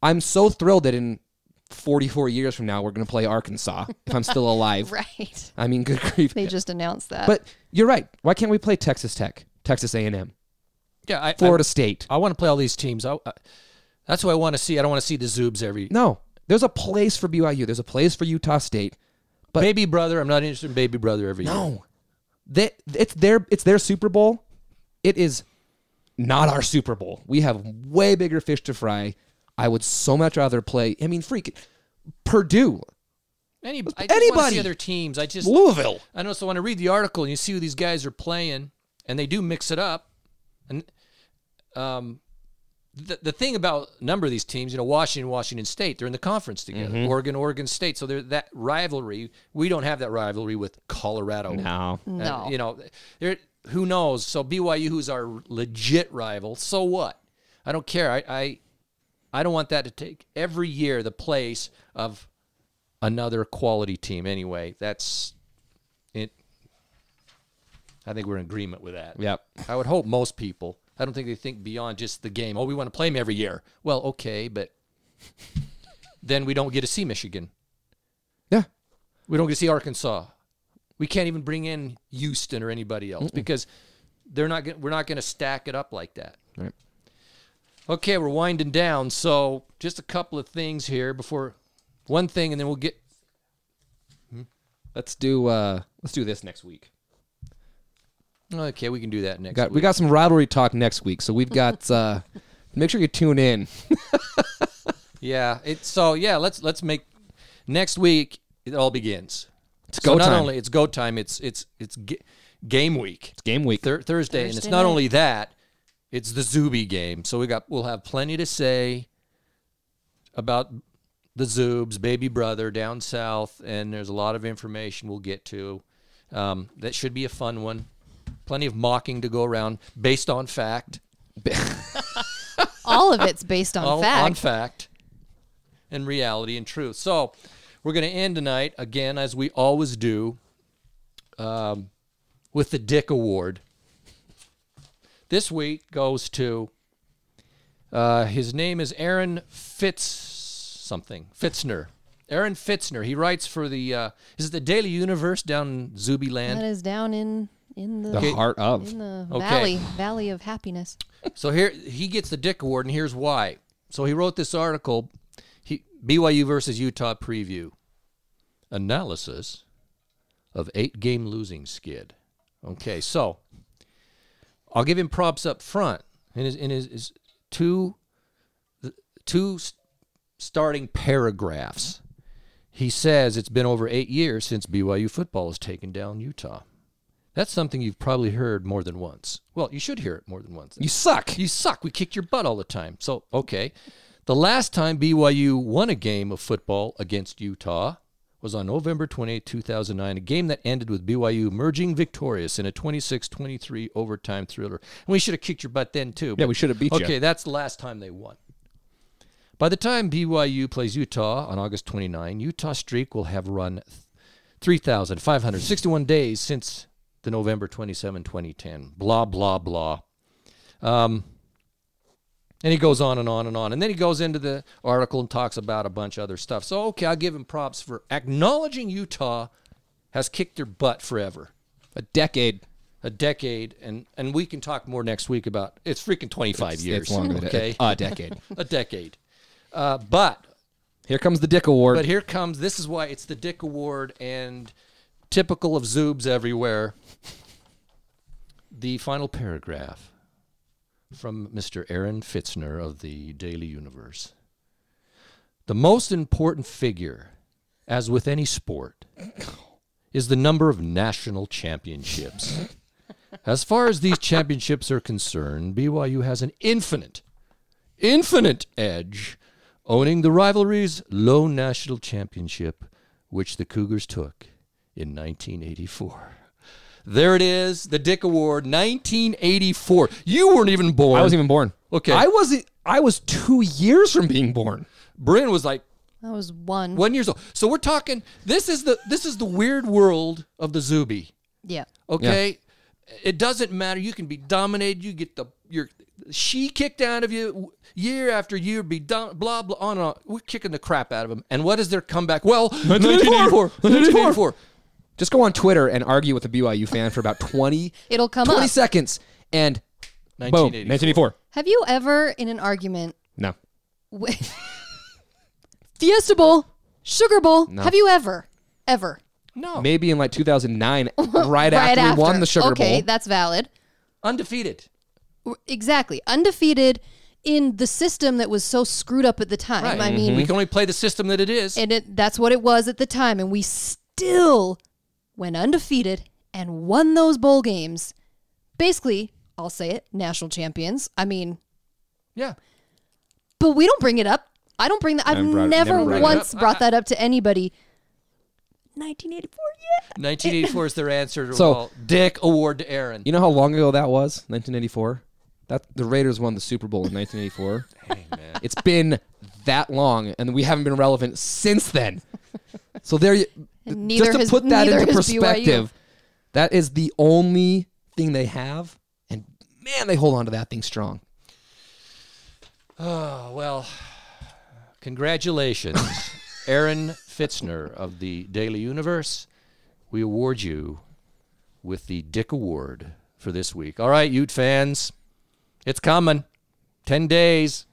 [SPEAKER 2] I'm so thrilled that in 44 years from now we're going to play Arkansas if I'm still alive.
[SPEAKER 3] right.
[SPEAKER 2] I mean, good grief.
[SPEAKER 3] They just announced that.
[SPEAKER 2] But you're right. Why can't we play Texas Tech, Texas A&M,
[SPEAKER 1] Yeah, I,
[SPEAKER 2] Florida State?
[SPEAKER 1] I, I want to play all these teams. I, I, that's what I want to see. I don't want to see the Zoobs every.
[SPEAKER 2] No, there's a place for BYU. There's a place for Utah State. but-
[SPEAKER 1] baby brother, I'm not interested in baby brother every year.
[SPEAKER 2] No, that it's their it's their Super Bowl. It is not our Super Bowl. We have way bigger fish to fry. I would so much rather play. I mean, freak Purdue,
[SPEAKER 1] Any, I just want to
[SPEAKER 2] Anybody.
[SPEAKER 1] see other teams. I just
[SPEAKER 2] Louisville.
[SPEAKER 1] I know. So when I read the article and you see who these guys are playing, and they do mix it up, and um, the the thing about a number of these teams, you know, Washington, Washington State, they're in the conference together. Oregon, Oregon State. So they're that rivalry. We don't have that rivalry with Colorado.
[SPEAKER 2] No,
[SPEAKER 1] And,
[SPEAKER 3] No.
[SPEAKER 1] you know, there. Who knows? So BYU, who's our legit rival, so what? I don't care. I, I, I don't want that to take every year the place of another quality team. Anyway, that's it. I think we're in agreement with that.
[SPEAKER 2] Yep.
[SPEAKER 1] I would hope most people. I don't think they think beyond just the game. Oh, we want to play them every year. Well, okay, but then we don't get to see Michigan.
[SPEAKER 2] Yeah.
[SPEAKER 1] We don't get to see Arkansas. We can't even bring in Houston or anybody else because they're not. Gonna, we're not going to stack it up like that.
[SPEAKER 2] Right.
[SPEAKER 1] Okay, we're winding down. So just a couple of things here before one thing, and then we'll get.
[SPEAKER 2] Let's do uh let's do this next week.
[SPEAKER 1] Okay, we can do that next.
[SPEAKER 2] Got we
[SPEAKER 1] week.
[SPEAKER 2] got some rivalry talk next week, so we've got uh make sure you tune in.
[SPEAKER 1] Yeah. It, so yeah, let's let's make next week. It all begins.
[SPEAKER 2] It's
[SPEAKER 1] So
[SPEAKER 2] go
[SPEAKER 1] not
[SPEAKER 2] time.
[SPEAKER 1] only it's go time. It's it's it's ga- game week.
[SPEAKER 2] It's game week.
[SPEAKER 1] Thur- Thursday, and it's
[SPEAKER 3] Thursday
[SPEAKER 1] not
[SPEAKER 3] night.
[SPEAKER 1] only that, it's the Zuby game. So we got we'll have plenty to say about the Zoobs, baby brother down south, and there's a lot of information we'll get to. Um, that should be a fun one. Plenty of mocking to go around based on fact.
[SPEAKER 3] all of it's based on
[SPEAKER 1] All
[SPEAKER 3] fact.
[SPEAKER 1] on fact and reality and truth. So we're going to end tonight again, as we always do, um, with the Dick Award. This week goes to uh, his name is Aaron Fitz something Fitzner. Aaron Fitzner. He writes for the uh, is it the Daily Universe down in Zuby
[SPEAKER 3] that
[SPEAKER 1] Land?
[SPEAKER 3] is down in in the
[SPEAKER 2] the heart of
[SPEAKER 3] in the
[SPEAKER 1] Okay.
[SPEAKER 3] valley valley of happiness.
[SPEAKER 1] So here he gets the Dick Award, and here's why. So he wrote this article, he, BYU versus Utah preview, analysis of eight game losing skid. Okay, so I'll give him props up front in his in his, his two the two s- starting paragraphs. He says it's been over eight years since BYU football has taken down Utah. That's something you've probably heard more than once. Well, you should hear it more than once.
[SPEAKER 2] You suck.
[SPEAKER 1] You suck. We kicked your butt all the time. So, okay. The last time BYU won a game of football against Utah was on November 28, 2009, a game that ended with BYU emerging victorious in a 26 23 overtime thriller. And we should have kicked your butt then, too.
[SPEAKER 2] Yeah, we should have beat you.
[SPEAKER 1] Okay, that's the last time they won. By the time BYU plays Utah on August 29, Utah streak will have run 3,561 days since the November 27, 2010. Blah, blah, blah. Um, And he goes on and on and on. And then he goes into the article and talks about a bunch of other stuff. So, okay, I'll give him props for acknowledging Utah has kicked their butt forever,
[SPEAKER 2] A decade.
[SPEAKER 1] a decade. And, and we can talk more next week about it's freaking 25 years.
[SPEAKER 2] It's longer than
[SPEAKER 1] okay.
[SPEAKER 2] a decade.
[SPEAKER 1] a decade. Uh, but
[SPEAKER 2] Here comes the Dick Award.
[SPEAKER 1] but here comes this is why it's the Dick Award and typical of Zoobs everywhere. The final paragraph from Mr. Aaron Fitzner of the Daily Universe. The most important figure, as with any sport, is the number of national championships. As far as these championships are concerned, BYU has an infinite infinite edge, owning the rivalry's low national championship, which the Cougars took in 1984. There it is, the Dick Award, 1984. You weren't even born.
[SPEAKER 2] I wasn't even born.
[SPEAKER 1] Okay.
[SPEAKER 2] I was I was two years from being born.
[SPEAKER 1] Bryn was like
[SPEAKER 3] That was one.
[SPEAKER 1] one years old. So we're talking. This is the this is the weird world of the Zuby.
[SPEAKER 3] Yeah.
[SPEAKER 1] Okay. It doesn't matter. You can be dominated. You get the your she kicked out of you w- year after year. Be dom- blah blah on and on. We're kicking the crap out of them. And what is their comeback? Well, 1984. 1984.
[SPEAKER 2] Just go on Twitter and argue with a BYU fan for about 20,
[SPEAKER 3] It'll come
[SPEAKER 2] 20
[SPEAKER 3] up.
[SPEAKER 2] seconds and boom, 1984.
[SPEAKER 3] Have you ever, in an argument,
[SPEAKER 2] No.
[SPEAKER 3] wi- Fiesta Bowl, Sugar Bowl, have you ever, ever,
[SPEAKER 1] No,
[SPEAKER 2] Maybe in like 2009, right, after, we won the Sugar
[SPEAKER 3] okay,
[SPEAKER 2] Bowl.
[SPEAKER 3] that's valid.
[SPEAKER 1] undefeated.
[SPEAKER 3] Exactly. Undefeated in the system that was so screwed up at the time.
[SPEAKER 1] Right.
[SPEAKER 3] I mean,
[SPEAKER 2] Mm-hmm.
[SPEAKER 1] we can only play the system that it is.
[SPEAKER 3] and it, that's what it was at the time. And we still went undefeated and won those bowl games. Basically, I'll say it, national champions. I mean,
[SPEAKER 1] yeah.
[SPEAKER 3] but we don't bring it up. I don't bring that. I've
[SPEAKER 2] Never brought it-
[SPEAKER 3] never,
[SPEAKER 2] never brought it
[SPEAKER 3] once
[SPEAKER 1] up.
[SPEAKER 3] brought that up to anybody. 1984, yeah.
[SPEAKER 1] 1984 is their answer to
[SPEAKER 2] So-
[SPEAKER 1] all. Dick Award to Aaron.
[SPEAKER 2] You know how long ago that was? 1984. That the Raiders won the Super Bowl in 1984. It's been that long, and we haven't been relevant since then. So there, you,
[SPEAKER 3] And neither
[SPEAKER 2] just to
[SPEAKER 3] has-
[SPEAKER 2] put that
[SPEAKER 3] neither
[SPEAKER 2] into
[SPEAKER 3] has BYU.
[SPEAKER 2] perspective, that is the only thing they have, and man, they hold on to that thing strong.
[SPEAKER 1] Oh, well, congratulations, Aaron Fitzner of the Daily Universe. We award you with the Dick Award for this week. All right, Ute fans, it's coming. 10 days.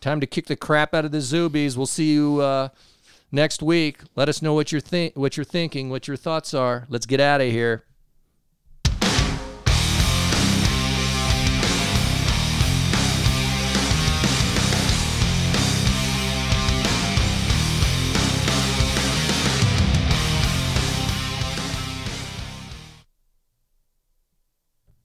[SPEAKER 1] Time to kick the crap out of the Zubies. We'll see you uh, next week. Let us know what you're, think- what you're thinking, what your thoughts are. Let's get out of here.